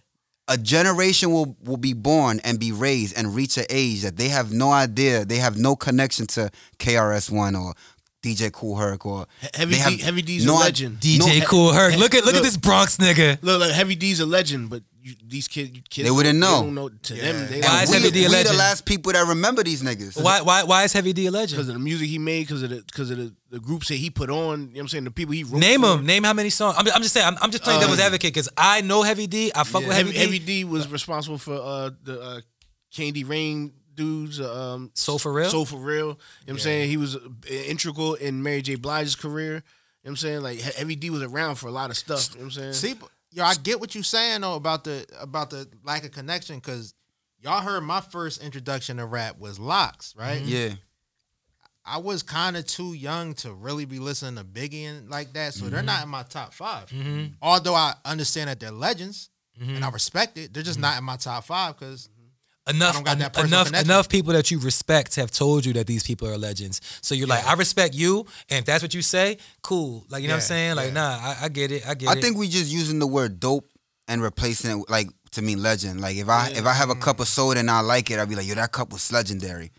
a generation will, will be born and be raised and reach an age that they have no idea, they have no connection to KRS-One or DJ Cool Herc or
Heavy
they have
D, Heavy D's
no
a
i-
legend.
DJ
No,
Cool Herc, look at look, at
look.
this Bronx nigga.
Look, look, Heavy D's a legend, but you, these kids, kids
They wouldn't know.
They don't know to
Yeah.
them. They
Why is
we,
Heavy D a
we the
legend?
last people that remember these niggas.
Why why why is Heavy D a
because
legend?
of the music he made, because of the because of the, the groups that he put on. You know what I'm saying? The people he wrote
Name
for.
him. Name how many songs? I'm, I'm just saying. I'm, I'm just playing
Uh,
Oh,
devil's advocate because I know Heavy D. I fuck with Heavy, D.
Heavy, Heavy D was responsible for uh, the uh, Candy Rain dudes. uh, Um,
So for real.
So for real. You know what I'm saying? He was uh, integral in Mary J. Blige's career. You know what I'm saying? Like, He- Heavy D was around for a lot of stuff. You know what I'm saying?
See, but- yo, I get what you saying though about the about the lack of connection because y'all heard my first introduction to rap was Locks, right?
Mm-hmm.
Yeah.
I was kind of too young to really be listening to Biggie and like that, so they're
Mm-hmm.
not in my top 5 Although I understand that they're legends
Mm-hmm.
and I respect it, they're just not en- in my top five because
enough
don't got that personal
enough
connection.
enough people that you respect have told you that these people are legends. So you're like, I respect you, and if that's what you say, cool. Like you know what I'm
Yeah,
saying? Like
yeah.
nah, I, I get it. I get
I
it.
think we just using the word dope and replacing it with, like to mean legend. Like if I if I have a cup of soda and I like it, I'd be like, yo, that cup was legendary.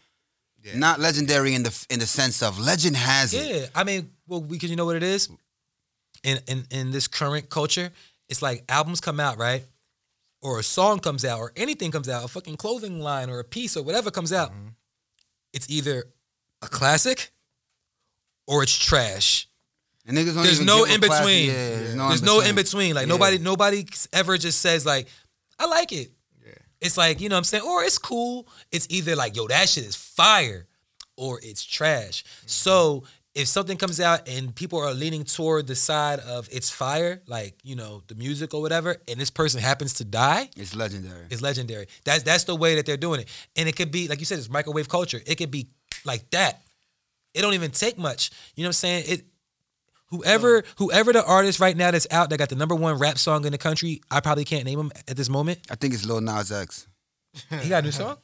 Not legendary in the in the sense of legend has it.
yeah. I mean, well, because you know what it is, in in in this current culture, it's like albums come out right, or a song comes out, or anything comes out, a fucking clothing line or a piece or whatever comes out. It's either a classic or it's trash.
And niggas don't
There's
even
no
give a
in
classy-
between.
Yeah, there's no
There's
in
no
between.
in between. Like nobody nobody ever just says like, I like it. It's like, you know what I'm saying? Or it's cool. It's either like, yo, that shit is fire or it's trash.
Mm-hmm.
So if something comes out and people are leaning toward the side of it's fire, like, you know, the music or whatever, and this person happens to die,
It's legendary.
is legendary. That's that's the way that they're doing it. And it could be, like you said, it's microwave culture. It could be like that. It don't even take much. You know what I'm saying? It whoever whoever the artist right now that's out that got the number one rap song in the country, I probably can't name him at this moment.
I think it's Lil Nas X.
He got a new song?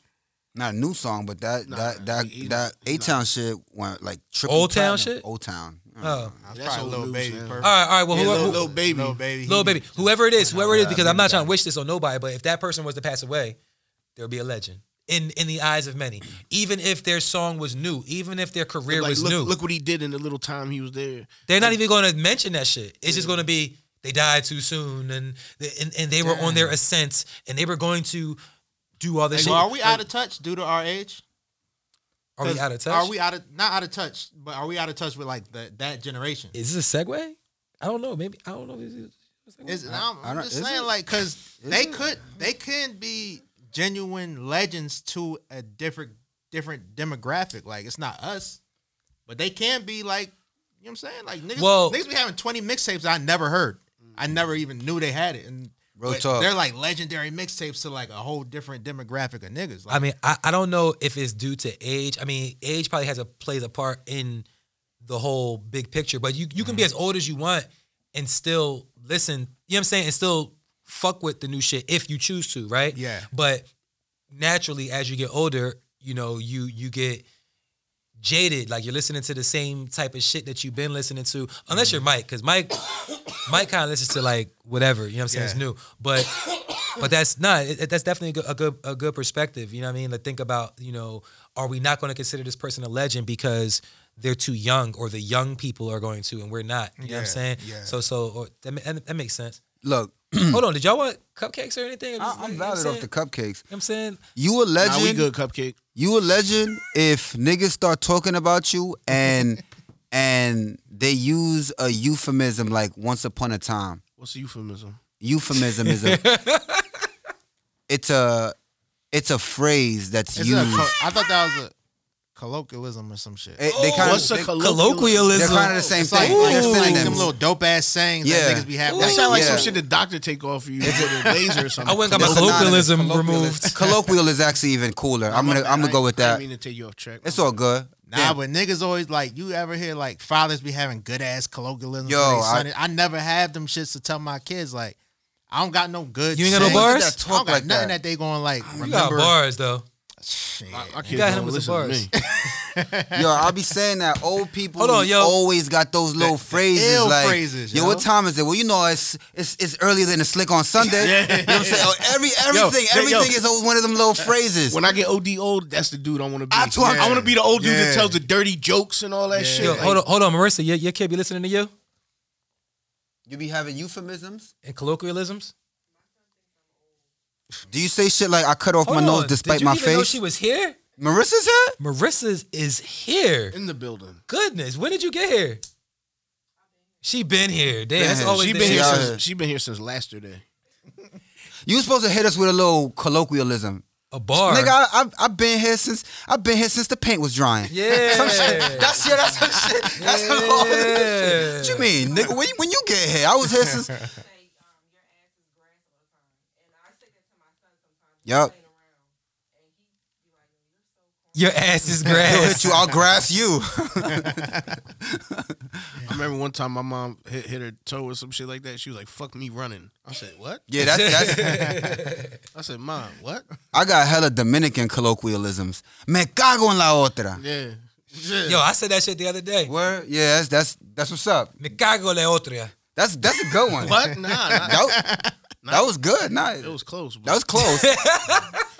Not a new song, but that
Nah,
that
nah,
that
he- he-
that
he
A
not.
Town shit went like triple.
Old Town
platinum.
shit?
Old Town.
Oh.
that's
That's
probably
old news,
Lil Baby.
man.
perfect.
All right, all right. Well,
Yeah,
whoever,
Lil- Lil Baby.
Lil Baby. he-
little baby, whoever it is, whoever it is,
Yeah,
because I'm not
maybe
trying to wish this on nobody, but if that person was to pass away, there would be a legend in in the eyes of many. Even if their song was new, even if their career
Like,
was
look,
new,
look what he did in the little time he was there.
they're not even going to mention that shit. It's just going to be they died too soon, and they, and, and they were on their ascent, and they were going to do all this
So
shit.
are we out of touch due to our age?
Are we out of touch?
Are we out of not out of touch, but are we out of touch with like the, that generation?
Is this a segue? I don't know. Maybe I don't know. Is it-
Is I'm,
I
I'm
don't-
just
is
saying,
it?
like, because they
it?
could, they can be genuine legends to a different, different demographic. Like, it's not us, but they can be like, you know what I'm saying? Like, niggas,
Well-
niggas be having 20 mixtapes I never heard. I never even knew they had it, and
Mm. Real
but
talk.
they're like legendary mixtapes to like a whole different demographic of niggas. Like,
I mean, I, I don't know if it's due to age. I mean, age probably has a plays a part in the whole big picture. But you, you can be
Mm-hmm.
as old as you want and still listen. You know what I'm saying? And still fuck with the new shit if you choose to, right?
Yeah.
But naturally, as you get older, you know, you you get jaded. Like you're listening to the same type of shit that you've been listening to, unless
Mm-hmm.
you're Mike, because Mike Mike kind of listens to like whatever. You know what I'm saying? It's
Yeah.
new, but but that's not. It, that's definitely a good, a good a good perspective. You know what I mean? To think about, you know, are we not going to consider this person a legend because they're too young, or the young people are going to, and we're not. You know what I'm
Yeah,
saying?
yeah.
So so or, that, ma- that makes sense.
Look,
Hold on, did y'all want cupcakes or anything?
I, I'm valid off the
cup.
cupcakes.
I'm saying
You a
Nah, we
legend.
good, Cupcake.
You a legend if niggas start talking about you and and they use a euphemism like once upon a time.
What's the euphemism?
Euphemism is a it's a it's a phrase that's
Is it a
used.
col- I thought that was a colloquialism or some shit.
It- they kind
What's
of
a
they, they're
colloquialism.
kind of the same
It's like,
thing.
like,
They're
it's like them
synonyms.
little dope ass sayings
Yeah.
that niggas be having.
Ooh.
That sound like some
Yeah.
shit the doctor take off you with a laser or something.
I went and got my
They're synonymous.
colloquialism
Colloquial is-
removed.
Colloquial is actually even cooler. I'm gonna I'm gonna go with
I
that.
didn't mean to take you off track.
It's all good.
Nah, but niggas always like you ever hear like fathers be having good ass colloquialisms.
Yo,
Yo,
I-
I, I never have them shits to tell my kids like I don't got no good.
You ain't got no
sayings.
bars?
I don't
Talk
got
like
nothing that.
that.
they going like
You got
remember.
bars though.
Shit.
My, my kids
You got
don't
him with some
listen to
bars.
me.
Yo, I'll be saying that old people
Hold on, yo.
always got those little phrases
ill
like,
phrases,
yo,
yo.
what time is it? Well, you know, it's it's, it's earlier than a slick on Sunday. You know what I'm saying? Oh, every everything
yo, yo.
everything is always one of them little phrases.
When I get OD old, that's the dude I want to be.
I told-
I want to be the old dude
Yeah.
that tells the dirty jokes and all that shit.
Yo,
Like,
hold on, hold on, Marissa. Your, your kid be listening to you
you be having euphemisms?
and colloquialisms.
Do you say shit like I cut off my
Hold
nose
on,
despite
Did you
my
even Know
face?
she was here.
Marissa's here?
Marissa's is here.
in the building.
Goodness, when did you get here? She been here. Damn,
Been
that's
here.
always
She
the
been here.
issue.
out here.
Since, she been here since last year.
You was supposed to hit us with a little colloquialism.
a bar.
Nigga, I, I've I've been here since I've been here since the paint was drying.
yeah,
Some shit. That's yeah, that's some shit. That's some all
Yeah.
What you mean, nigga? When, when you get here, I was here since
say um, your ass is grass all the time. And I say that to my son sometimes.
Yup.
Yup. Around.
Your ass is
He'll
grass.
hit you, I'll grass you.
I remember one time my mom hit, hit her toe or some shit like that. She was like, "Fuck me running." I said, "What?"
yeah, that's, that's
I said, "Mom, what?"
I got hella Dominican colloquialisms. Me cago en la otra.
Yeah. yeah.
Yo, I said that shit the other day.
Where? Yeah, that's that's that's what's up.
Me cago la otra.
That's that's a good one.
what? Nah, nah,
That, was- that was good. Nah,
it was close. But
that was close.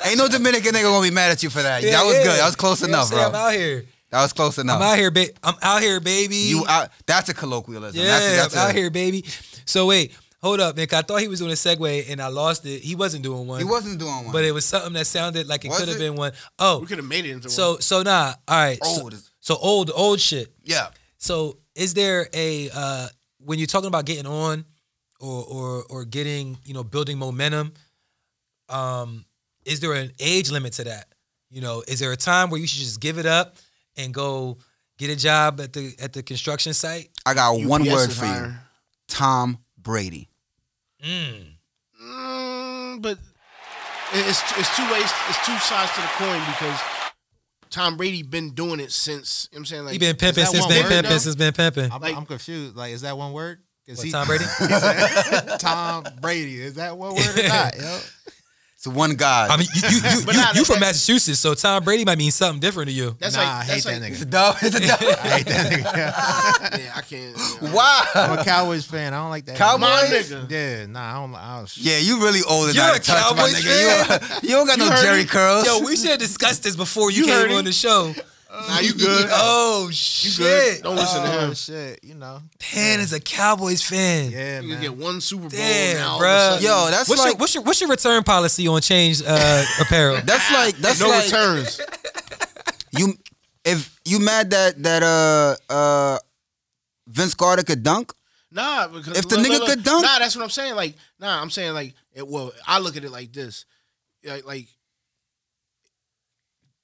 Ain't no Dominican nigga gonna be mad at you for that. that was good. That was close
You know
enough,
what I'm saying?
bro.
I'm out here.
That was close enough.
I'm out here, ba- I'm out here, baby.
You out? That's a colloquialism.
Yeah,
that's, that's
I'm
a-
out here, baby. So wait, hold up, Nick. I thought he was doing a segue and I lost it. He wasn't doing one.
He wasn't doing one.
But it was something that sounded like it
Was
could have
it?
been one.
we
Oh,
could have made it into
so so nah. All right. so-
Old is-
So, old old shit.
Oh, yeah,
So is there a uh when you're talking about getting on or or or getting, you know, building momentum, um, is there an age limit to that? You know, is there a time where you should just give it up and go get a job at the at the construction site?
I got
one.
one
UPS
word
is
for you:
higher.
Tom Brady.
Mm, but it- it's it's two ways. It's two sides to the coin because Tom Brady been doing it since. You know what I'm saying like
He been pimping
that
since
one
been
word
pimping
now?
since been pimping.
I'm,
Like-
I'm confused. Like, is that one word? Is
What, Tom Brady?
Tom Brady. Is that one word or not? Yo?
It's one guy.
I mean, you you, you,
But
you,
nah,
you
that-
from
that-
Massachusetts, so Tom Brady might mean something different to you.
That's
nah,
like
I
that's
hate that
it's
like,
a
nigga.
dub. It's a dub.
I hate that nigga.
Yeah, I can't. you know.
Why?
I'm a Cowboys fan. I don't like that.
Cowboy?
My nigga.
Yeah, nah, I don't. I don't
Yeah, you really old and
You're
out
a
of touch, my
Cowboys
nigga. You, you don't got
You
no
heard
Jerry
it.
curls.
Yo, we should have discussed this before you,
You heard
came
him.
on the show.
Nah, you good.
Oh
you good.
shit!
Don't listen to
oh,
him.
Shit, you know.
Pan is a Cowboys fan.
Yeah,
You
man.
get one Super Bowl now.
Damn,
all of a
bro.
sudden,
Yo, that's
what's
like
your, what's your what's your return policy on change uh, apparel?
that's like that's
no
like
returns.
you. If you mad that that uh uh Vince Carter could dunk,
Nah, because
If the nigga could dunk-
nah, that's what I'm saying. Like, nah, I'm saying like, it, well, I look at it like this, like, like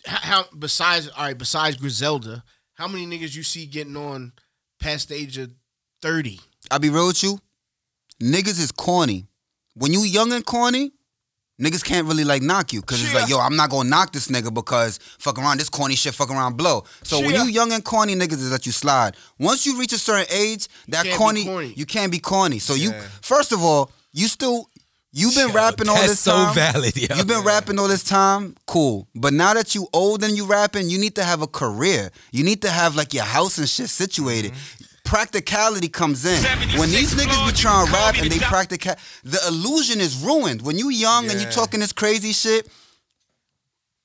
how, how besides all right, besides Griselda, how many niggas you see getting on past the age of thirty?
I'll be real with you. Niggas is corny. When you young and corny, niggas can't really like knock you because it's like, yo, I'm not gonna knock this nigga because fuck around this corny shit, fuck around blow. So when
Yeah.
you young and corny, niggas is let you slide. Once you reach a certain age, that
can't be
corny,
corny.
you can't be corny. So you,
Yeah.
first of all, you still, you've been
Yo,
rapping all
that's
this
so
time.
valid. Yo.
You've been rapping all this time, cool. But now that you old and you rapping, you need to have a career. You need to have like your house and shit situated.
Mm-hmm.
Practicality comes in. When these niggas be trying to rap and they practical, the illusion is ruined. When you young and you
Yeah.
talking this crazy shit,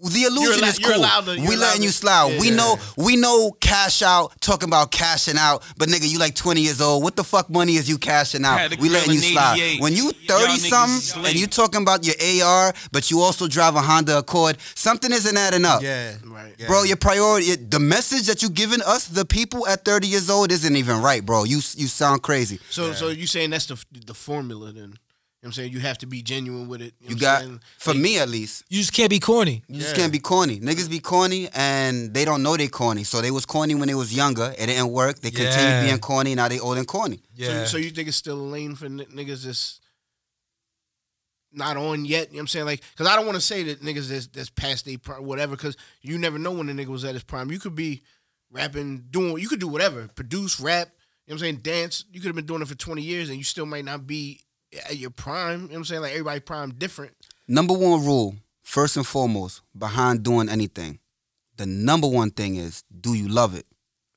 the illusion
allo-
is
you're
cool.
allowed to-
we
you're allowed
letting
to-
you slide. We
Yeah.
know we know cash out, talking about cashing out, but nigga, you like 20 years old. What the fuck money is you cashing out?
Had to
We letting you
grill in
slide.
88.
When you
Y'all
30
niggas is
something and
late.
you talking about your AR, but you also drive a Honda Accord, something isn't adding up.
Yeah,
Right.
Yeah.
Bro, your priority, the message that you giving us, the people at 30 years old, isn't even right, bro. You you sound crazy.
So, so you saying that's the the formula then? You know what I'm saying you have to be genuine with it.
You
know what I'm
got,
saying?
for me at least,
You just can't be corny.
you just can't be corny. Niggas be corny and they don't know they corny. So they was corny when they was younger. It didn't work. They continue
Yeah.
being corny. Now they old and corny.
Yeah.
So, so you think it's still a lane for n- niggas that's not on yet? You know what I'm saying? Like, because I don't want to say that niggas that's, that's past their prime, whatever, because you never know when a nigga was at his prime. You could be rapping, doing, you could do whatever, produce, rap, you know what I'm saying? Dance. You could have been doing it for 20 years and you still might not be at your prime. You know what I'm saying? Like, everybody prime different.
Number one rule, first and foremost, behind doing anything, the number one thing is do you love it?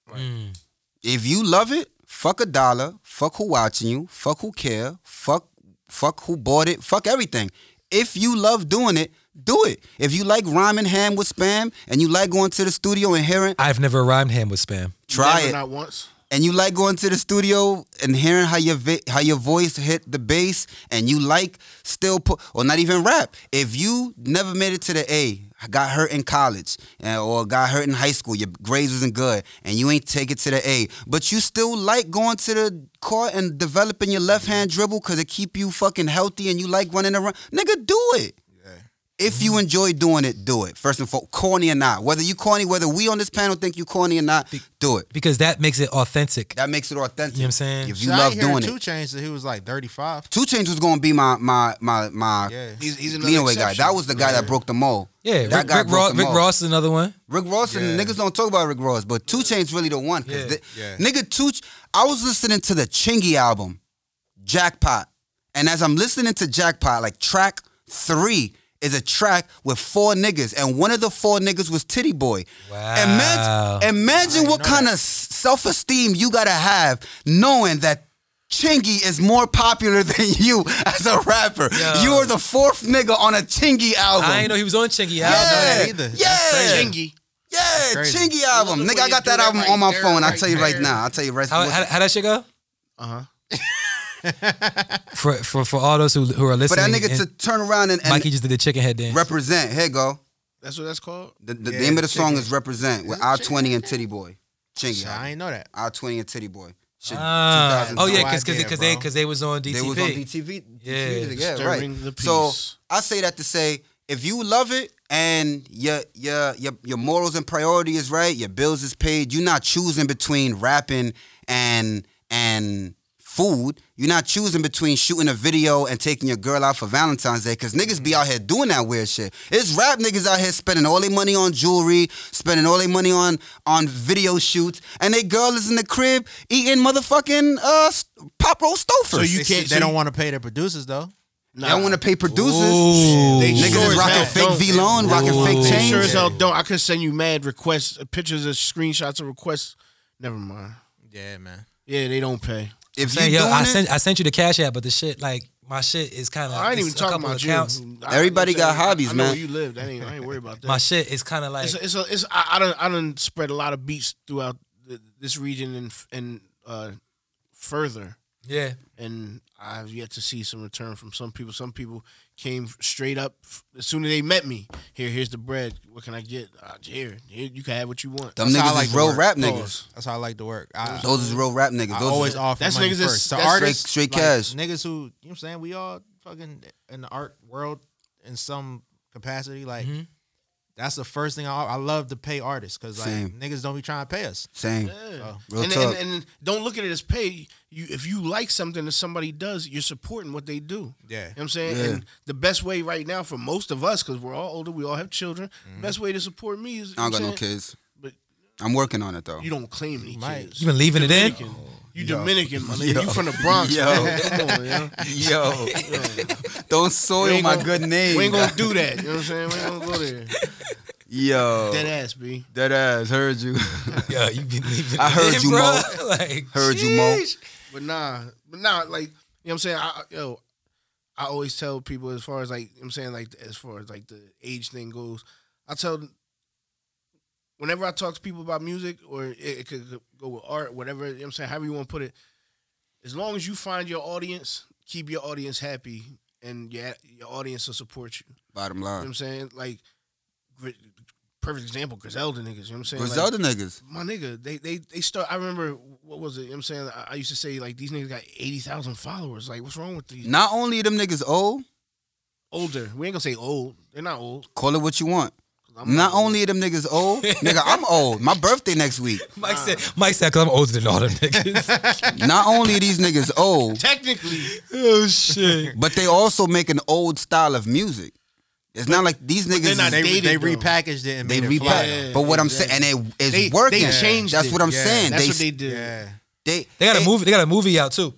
Mm.
If you love it, fuck a dollar, fuck who watching you, fuck who care, fuck fuck who bought it, fuck everything. If you love doing it, do it. If you like rhyming ham with spam and you like going to the studio and hearing,
I've never rhymed ham with spam.
try
Never
it.
Not once.
and you like going to the studio and hearing how your vi- how your voice hit the bass, and you like still put or not even rap. If you never made it to the A, got hurt in college and, or got hurt in high school, your grades wasn't good, and you ain't take it to the A, but you still like going to the court and developing your left hand dribble because it keep you fucking healthy, and you like running around. Nigga, do it. If you enjoy doing it, do it. First and foremost, corny or not. Whether you corny, whether we on this panel think you corny or not, do it.
because that makes it authentic.
That makes it authentic.
You know what I'm saying?
If
Shit,
you
I
love
ain't hearing
doing
two
it.
chains that he was like 35.
Two Chainz was gonna be my my my my
Yeah.
He's, he's another
leanaway guy.
exception.
That was the guy that broke the mold.
Yeah,
that
Rick,
guy
Rick,
broke
Ross,
the
Rick
mold.
Ross is another one.
Rick Ross and
Yeah.
niggas don't talk about Rick Ross, but Two Chains really the one. Cause
Yeah.
thi-
Yeah.
nigga, Two. Ch- I was listening to the Chingy album, Jackpot, and as I'm listening to Jackpot, like track three is a track with four niggas, and one of the four niggas was Titty Boy.
Wow.
Imagine, imagine what kind of self esteem you gotta have knowing that. Chingy is more popular than you as a rapper.
Yo.
You are the fourth nigga on a Chingy album.
I didn't know he was on Chingy.
yeah.
I don't know that.
know that either.
Yeah.
Chingy.
Yeah,
crazy.
Chingy album.
Look
Nigga,
what
I got
you
that
do
album
right
on my
there,
phone. I'll
right
tell you right
there.
now. I'll tell you right
How,
now.
how, how that shit go?
Uh huh.
For for for all those who who are
But
listening,
that
and
nigga to turn around and, and
Mikey just did the chicken head dance.
represent. Here go.
That's what that's called.
The, the
Yeah,
name of the
the
song
Chingy.
is Represent with R twenty and Titty Boy. Chingy.
Shit, I
album.
ain't know that.
R twenty and Titty Boy. Shit.
Ah.
2000.
oh yeah,
No
because because
idea,
because they
bro.
because they was on DTP.
They was on DTV.
Yeah.
DTV, yeah right.
Disturbing the
So
peace.
I say that to say, if you love it and your your your your morals and priority is right, your bills is paid, you're not choosing between rapping and and food. You're not choosing between shooting a video and taking your girl out for Valentine's Day because niggas
Mm-hmm.
be out here doing that weird shit. It's rap niggas out here spending all their money on jewelry, spending all their money on on video shoots, and they girl is in the crib eating motherfucking uh s- pop roast
So
stofers.
you
They,
can't.
they don't want to pay their producers though.
I don't want to pay producers.
Ooh.
They
Niggas
sure
is
as
rocking
hell
fake
don't.
V Lone, rocking
Ooh.
fake
They
chains.
Sure as hell don't. I could send you mad requests, uh, pictures, of screenshots of requests. Never mind.
Yeah, man.
Yeah, they don't pay.
If you
Saying, yo,
doing
I
it,
sent I sent you the cash app, but the shit like my shit is kind of.
Oh, I ain't even talking about you. I-
Everybody
I'm saying,
got hobbies,
I know
man.
Where you live, that ain't. I ain't worried about that.
My shit is kind of like
it's a, it's, a, it's I, I don't I don't spread a lot of beats throughout th this region and f- and uh, further,
yeah.
and I've yet to see some return from some people. Some people came straight up f- as soon as they met me. Here, here's the bread. What can I get? Uh, here, here, you can have what you want.
them
That's how I
niggas
like
is
to
real
work.
rap
Pause.
niggas.
That's how I like to work.
Oh,
I,
Those is real rap niggas.
I
Those
always
is,
offer
That's
money
niggas that's-
first. To
that's
artists,
straight- straight
like,
cash.
Niggas who you know what I'm saying we all fucking in the art world in some capacity. Like that's the first thing I I love to pay artists because like
Same.
niggas don't be trying to pay us.
same.
Yeah.
Real
and,
talk.
and, and don't look at it as pay. You if you like something that somebody does, you're supporting what they do.
Yeah.
You know what I'm saying?
Yeah.
And the best way right now for most of us, because we're all older, we all have children, best way to support me is you
I don't
know
got no
what I'm saying?
kids.
But-
I'm working on it though.
You don't claim any
might.
kids.
You been leaving it in?
Dominican. You
Yo.
Dominican, my nigga.
Yo.
You from the Bronx,
Yo.
man. Come on, yo.
Yo, don't soil
ain't
my
gonna-
good name.
We ain't gonna do that. You know what I'm saying? We ain't gonna go there.
Yo,
Dead ass, B.
dead ass. Heard you.
Yo, you been leaving.
I
it
heard
in,
you,
bro. like
Heard you, Mo.
sheesh.
But nah, but nah, like, you know what I'm saying? I, I- yo, I always tell people as far as like, you know what I'm saying, like, as far as like the age thing goes, I tell them, whenever I talk to people about music or it, it could go with art, whatever, you know what I'm saying, however you wanna put it, as long as you find your audience, keep your audience happy and your, your audience will support you.
Bottom
You know what
line,
I'm saying? Like, gr- perfect example, Griselda niggas. You know what I'm saying?
Griselda niggas.
Like, my nigga, they they they start. I remember what was it? You know what I'm saying I, I used to say like these niggas got eighty thousand followers. Like, what's wrong with these
Not only them niggas old,
older? We ain't gonna say old. They're not old.
call it what you want.
I'm
Not
old.
only them niggas old, nigga, I'm old. My birthday next week.
Mike said, Mike said, because I'm older than all them niggas.
Not only these niggas old,
technically.
oh shit.
But they also make an old style of music. It's not like these niggas.
they're
is-
not
They,
Dated,
they
though.
repackaged it and
they
made it fly.
repack.
Yeah,
but what I'm
exactly.
saying, and it is
They-
working.
they changed
That's
it.
what I'm
Yeah.
saying.
That's
they,
what they did.
Yeah,
They,
They got a
it-
movie. They got a movie out too.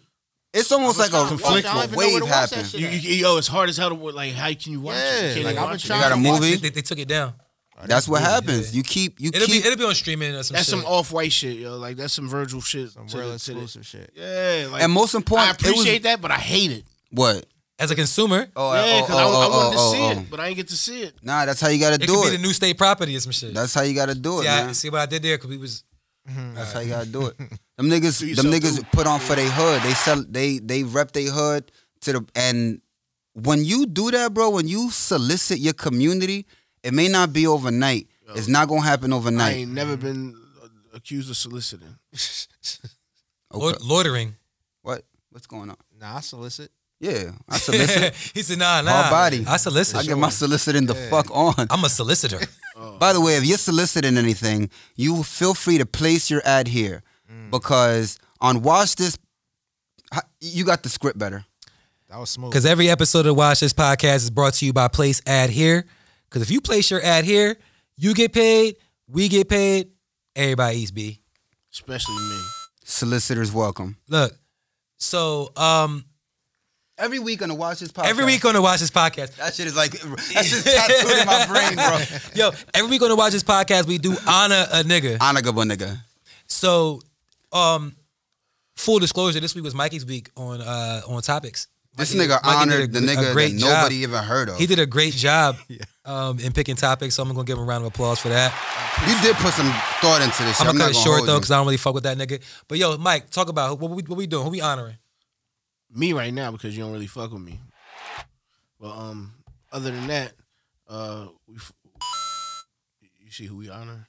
It's almost like a,
Conflict. I don't
a
even know where
wave
to watch that
happened.
shit.
You, you, yo, it's hard as hell to wa- like. How can you watch it? You
Yeah,
can't
like,
even
I've been
watch it.
trying
They got a
to
movie.
watch
They, they, they took it down.
That's what happens. You keep you
It'll
keep.
be it'll be on streaming or some
That's
shit.
some off white shit, yo. Like that's some Virgil shit.
some
to
real
the- to the-
exclusive shit.
Yeah, like
and most
I
important, it
appreciate
was
that, but I hate it.
what?
As a consumer,
Oh,
yeah,
oh,
because I,
oh,
I
oh,
wanted
oh,
to see
oh,
it, but I ain't get to see it.
oh. Nah, that's how you gotta
it
do
could be
it.
the new state property or some shit.
that's how you gotta do it,
see, I,
man.
see what I did there? Because we was
That's how you gotta do it. Them niggas,
Do
them
yourself
niggas
too.
put on for they hood. They sell, they they rep they hood to the and when you do that, bro, when you solicit your community, it may not be overnight. It's not gonna happen
I
overnight.
ain't
Mm-hmm.
never been uh, accused of soliciting.
Okay.
loitering.
What? What's going on?
Nah, I solicit.
Yeah, I solicit.
he said, nah, nah.
body.
I solicit.
I get my soliciting the fuck on.
I'm a solicitor.
By the way, if you're soliciting anything, you feel free to place your ad here because on Watch This, h- you got the script better.
That was smooth.
Because every episode of Watch This Podcast is brought to you by Place Ad Here. Because if you place your ad here, you get paid, we get paid, everybody eats, B.
especially me.
Solicitors welcome.
Look, so um,
Every week on the Watch This podcast.
every week on the Watch This Podcast,
That shit is like, that's just tattooed in my brain, bro.
yo, every week on the Watch This Podcast, we do honor a nigga.
Anagaba nigga.
So, um, full disclosure, this week was Mikey's week on uh on topics.
This
Mikey-
nigga
Mikey did
honored the
a
nigga that
great job.
nobody even heard of.
He did a great job um, in picking topics, so I'm gonna give him a round of applause for that.
you did put some thought into this shit.
I'm
I'm,
gonna cut
not
it
gonna
short
hold
though,
you.
because I don't really fuck with that nigga. But yo, Mike, talk about who- what we what we doing? Who we honoring?
Me right now because you don't really fuck with me. But um, other than that, uh, we f- you see who we honor?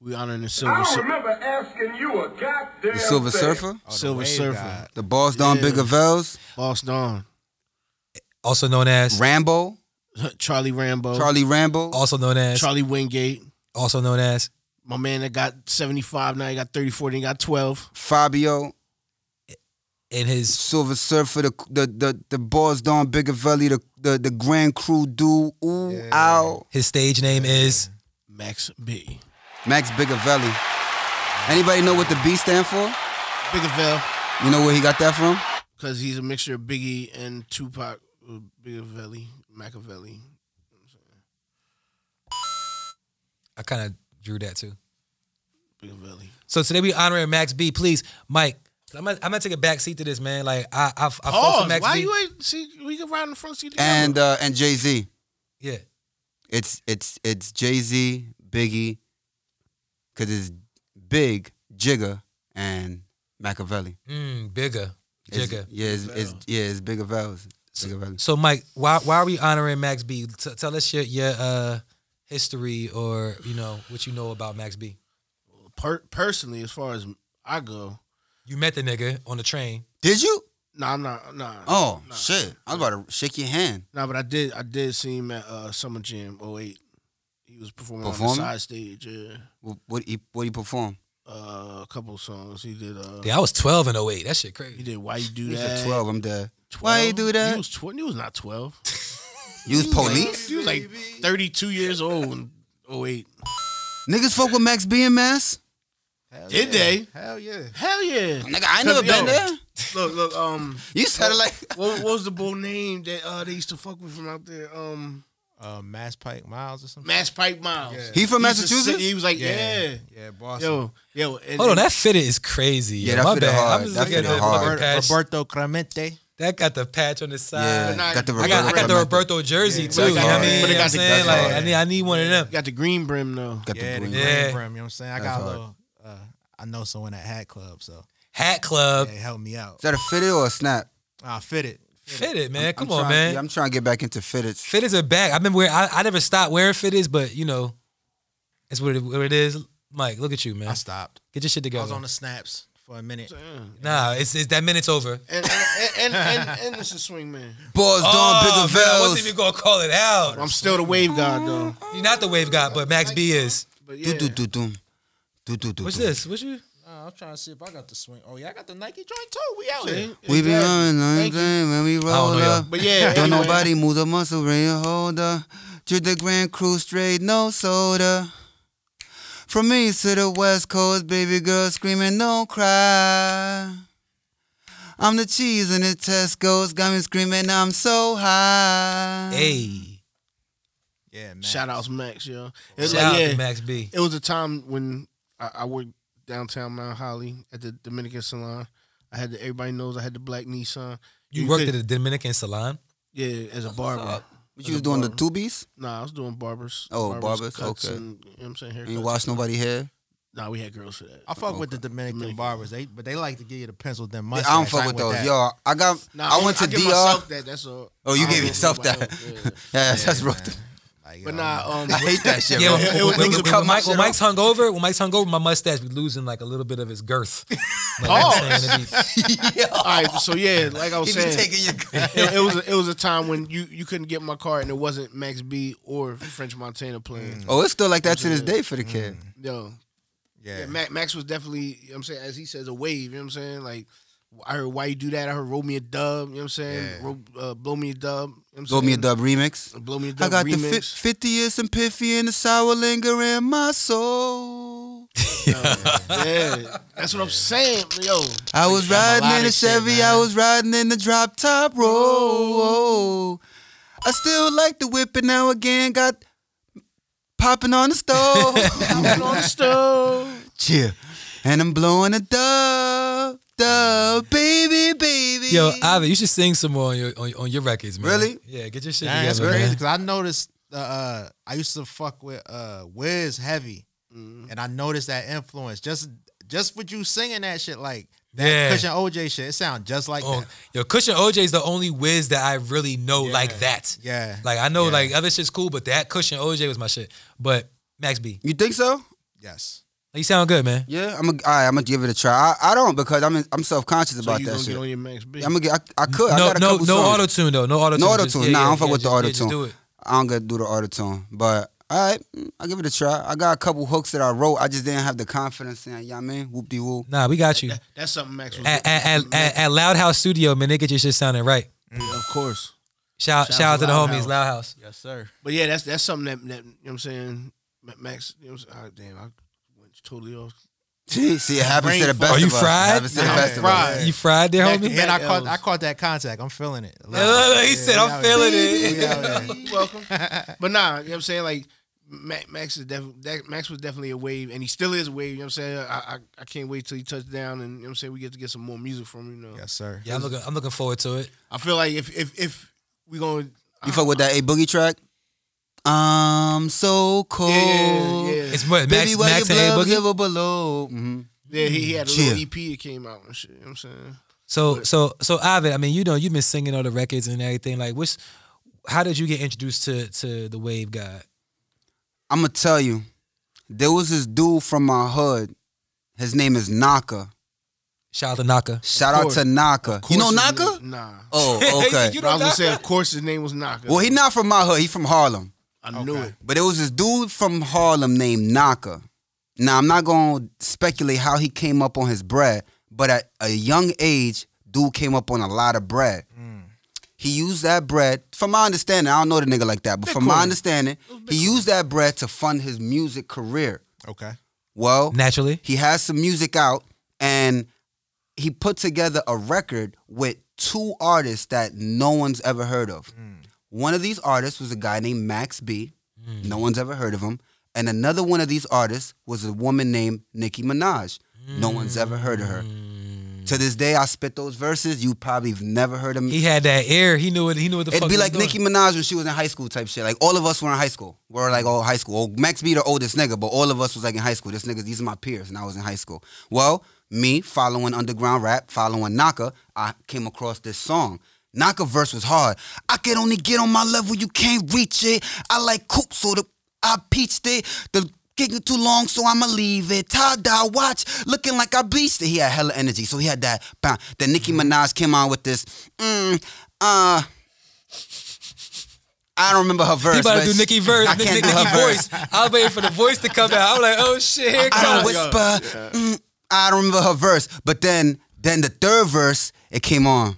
We honoring the
I
silver
don't
Sur-
remember asking you a goddamn
The Silver
thing.
Surfer,
Oh, the
Silver
wave
Surfer.
god.
the Boss Don
Yeah.
Bigger Vels,
Boss Don,
Also known as,
Rambo,
Charlie Rambo, Charlie,
Charlie Rambo.
also known as,
Wingate,
also known as.
my man that got seventy five now he got thirty four then he got twelve.
Fabio,
In his
Silver Surfer, the the the, the Boss Don Bigger Valley, the, the the Grand Crew Dude, ooh ow,
his stage name is
Max B.
Max Bigger Valley. Anybody know what the B stand for?
Bigavell,
You know where he got that from?
because he's a mixture of Biggie and Tupac, uh, Bigavelli, Machiavelli.
I kind of drew that too.
Bigavelli.
So today we honoring Max B. Please, Mike, I'm gonna, I'm gonna take a back seat to this man. Like I I, I fuck
Oh,
with Max
why
B.
you ain't see? We can ride in the front seat together.
And uh, and Jay Z.
yeah.
It's it's it's Jay Z, Biggie, cause it's Big Jigga and Machiavelli.
Mm, bigger,
It's-
bigger.
Yeah, it's, it's yeah it's Bigger Valley. Bigger Valley.
So Mike, why why are we honoring Max B? T- tell us your your uh, history or you know what you know about Max B.
per- personally, as far as I go,
You met the nigga on the train.
Did you?
nah, I'm not. Nah.
Oh
nah,
shit! I was about to shake your hand.
Nah, but I did. I did see him at uh, Summer Jam 08. He was performing, on
Performing?
the side stage. Yeah.
What what he what he perform?
Uh, a couple of songs. He did. Uh,
Yeah, I was 12 in 08. That shit
He
crazy.
did. Why you do
He's
that?
a twelve. I'm dead.
12?
Why you do that?
He was twenty. He was not twelve.
You was police?
He was like thirty-two years old in 08.
Niggas fuck with Max B and Mass?
Hell
Did
yeah.
they?
Hell yeah.
Hell yeah!
Nigga, I ain't never
Yo.
been there.
Look, look. Um,
You said it like
what, what was the bull name that uh they used to fuck with from out there? Um,
Uh, Mass Pike Miles or something.
Mass Pipe Miles.
Yeah.
he from
He used to
Massachusetts.
sit- He was like, yeah.
Yeah, Boston.
Yo, yo. And,
Hold on, that fitted is crazy. yo.
Yeah, that
my
fitted
bad.
hard.
I'm just
That
looking at
fitted
that
hard.
fucking patch.
Roberto Clemente.
That got the patch on the side.
yeah,
But not-
got the
I got I got the
Clemente.
Roberto jersey too.
that's
You know what I
hard.
mean? You know
But it
what
got
I'm
the-
saying?
that's
Like I
hard.
need I need one of them.
Got the green brim though.
Got the
Yeah, the
green.
green
Yeah.
brim. You know what I'm saying? I
That's
got a
hard.
little. Uh, I know someone at Hat Club, so
Hat Club.
they helped me out.
Is that a fitted or a snap?
I fit it.
Fitted, man. Come
I'm
on,
trying,
man.
yeah, I'm trying to get back into fitteds.
Fitteds are back. I remember wearing, I, I never stopped wearing fitteds, but you know, it's what it, what it is. Mike, look at you, man.
I stopped.
Get your shit
I
together.
was on the snaps for a minute.
nah, it's, it's that minute's over.
And and and and, and it's a swing man.
Boys
Oh,
Dawn,
man, I wasn't
Bigger
even gonna call it out.
I'm still the wave god though.
You're not the wave guy, but Max B is.
But yeah.
Vels. Do do do do. Do do do.
What's
do.
this? What's you?
Nah, I'm trying to see if I got the swing. Oh yeah, I got the Nike joint too. We out here.
We be running
Thank you.
game when we
don't
roll
know, y'all.
up.
But yeah,
Don't
anyway,
nobody move the muscle ring you hold up. Drink the Grand Cru straight, no soda. From east to the west coast, baby girl screaming, don't cry. I'm the cheese and the Tesco's got me screaming, I'm so high.
Hey,
Yeah, man.
Shout outs Max, yo. It's
shout
like,
out
yeah,
to Max B.
It was a time when I, I worked downtown Mount Holly at the Dominican salon. I had the, everybody knows I had the black Nissan.
You worked
could-
at a Dominican salon.
yeah as a barber.
What you was doing the two bees?
Nah, I was doing barbers.
Oh, barbers,
cuts
okay.
And, you know what I'm saying
And you
haircuts.
wash nobody hair?
Nah, we had girls for that.
I fuck with the Dominican
Dominican.
barbers, they but they like to give you the pencil with them
I
mustache.
don't fuck
ain't
with those.
that.
Y'all, I got,
Nah,
I went to
give
DR.
myself that. That's all.
Oh, you
I
gave
don't
yourself
give
that.
nobody else, yeah.
Yeah, that's rough.
Like,
But
yo,
nah, um,
I hate that shit.
Yeah,
bro.
when,
it was-
when-
it was
when-
a
when
cut my
Mike, when
shit
Mike's hung over, when Mike's hung over, my mustache be losing like a little bit of its girth. Like,
Oh.
I'm saying, it'd be-
all right. So yeah, like I was
He be
saying,
taking your.
it, it was a, it was a time when you you couldn't get my card and it wasn't Max B or French Montana playing.
Oh, it's still like that to this day for the kid.
Yo,
yeah.
yeah, Max, Max was definitely you know what I'm saying as he says a wave. You know what I'm saying like. I heard why you do that. I heard roll me a dub. You know what I'm saying?
Yeah.
Ro- uh, blow me a dub. You know what I'm
Blow me a
saying?
dub remix.
Blow me a dub.
I got
remix.
the fi- 50th and piffy and the sour linger in my soul.
Uh, Yeah, that's what I'm saying, yo.
I was riding in a
melodic shit,
Chevy, I
man.
was riding in the drop top roll. I still like the whip, and now again got popping on the stove.
Popping on the stove.
Cheer. And I'm blowing a dub, dub, baby, baby.
Yo, Ivan, you should sing some more on your on, on your records, man.
Really?
Yeah, get your shit
Dang, that's
together,
crazy
man.
because I noticed the uh, I used to fuck with uh, Wiz heavy, and I noticed that influence just just with you singing that shit like that
Yeah.
Cushion OJ shit. It sound just like
Oh,
that.
yo, Cushion OJ is the only whiz that I really know like that.
Yeah,
Like I know
Yeah.
like other shit's cool, but that Cushion OJ was my shit. But Max B,
You think so?
yes.
you sound good, man.
Yeah, I'm gonna. I'm gonna give it a try. I, I don't because I'm I'm self conscious
So
about
you
that
gonna
shit.
get on your Max B?
I'm gonna get. I, I could. I
no,
got a
no,
couple
no
songs.
auto tune though. No auto tune.
No auto tune. nah, I don't fuck with the auto tune.
do it.
I don't get do the auto tune. But all right, mm, I'll give it a try. I got a couple hooks that I wrote. I just didn't have the confidence in. You know what I mean? Whoop de whoop.
Nah, we got you.
That's something Max was.
At, at, at, at, at Loud House Studio, man, they get your shit sounding right.
of course.
Shout, shout,
Shout
out to
out
the
to Loud
homies,
House.
Loud House.
Yes, sir.
But yeah, that's that's something that, that you know what I'm saying. Ma- Max, you know what I'm saying? Ah, damn, I went totally off.
Jeez, See, it happens to the
Brain
best
Are you
of us. It
fried?
happens to the
Nah,
best
I'm
of us.
fried.
You fried there,
Back to
homie?
back.
And I
That
caught
was-
I caught that contact. I'm feeling it.
Look, look, look, he said,
we
"I'm
out
feeling
here.
it."
We out here.
You're welcome. but nah, you know what I'm saying? Like Ma- Max is def- that, Max was definitely a wave, and he still is a wave. You know what I'm saying? I I, I can't wait till he touched down, and you know what I'm saying we get to get some more music from him. You know,
Yes, sir.
Yeah, I'm looking, I'm looking forward to it.
I feel like if if if we going
You fuck with that A Boogie track? I'm so cold.
yeah, yeah, yeah.
It's what Max,
Baby, why
Max
your
and A
blood
Boogie.
give below? hmm
Yeah, he, he had a
Yeah.
little EP that came out and shit. You know what I'm saying?
So, so, so, Ivan, I mean, you know, you've been singing all the records and everything. Like, what's, how did you get introduced to to the Wave God?
I'm gonna tell you, there was this dude from my hood. His name is Naka.
Shout out to Naka.
Shout out
course.
to Naka. You know
Course his
Naka?
name- Nah.
Oh,
He said,
okay.
"You
But I was gonna
Naka?"
say, of course, his name was Naka.
Well, he not from my hood. He from Harlem.
I knew
Okay.
it.
But it was this dude from Harlem named Naka. Now I'm not gonna speculate how he came up on his bread, but at a young age, dude came up on a lot of bread. He used that bread, from my understanding, I don't know the nigga like that, but from my understanding, he used that bread to fund his music career.
Okay.
Well,
Naturally,
he has some music out and he put together a record with two artists that no one's ever heard of. One of these artists was a guy named Max B. No one's ever heard of him. And another one of these artists was a woman named Nicki Minaj. No one's ever heard of her. To this day, I spit those verses. You probably have never heard of me.
he had that air. He knew it. He knew what the
It'd
fuck.
be
he was
like
doing.
Nicki Minaj when she was in high school type shit. Like all of us were in high school. We are like all high school. Well, Max be the oldest nigga, but all of us was like in high school. This niggas, these are my peers, and I was in high school. Well, me following underground rap, following Naka, I came across this song. Naka verse was hard. I can only get on my level, you can't reach it. I like coop, so the I peached it. The kicking too long, so I'ma leave it. Tied dye watch, looking like I bleached it. He had hella energy, so he had that. Bam. Then Nicki
Mm-hmm.
Minaj came on with this. Mm, uh, I don't remember her verse.
He about
but
to do Nicki verse.
I
Nicki,
can't
Nicki,
do her verse.
voice. I was waiting for the voice to come out. I'm like, oh shit, here it
I don't
comes.
whisper. mm, I don't remember her verse. But then, then the third verse, it came on.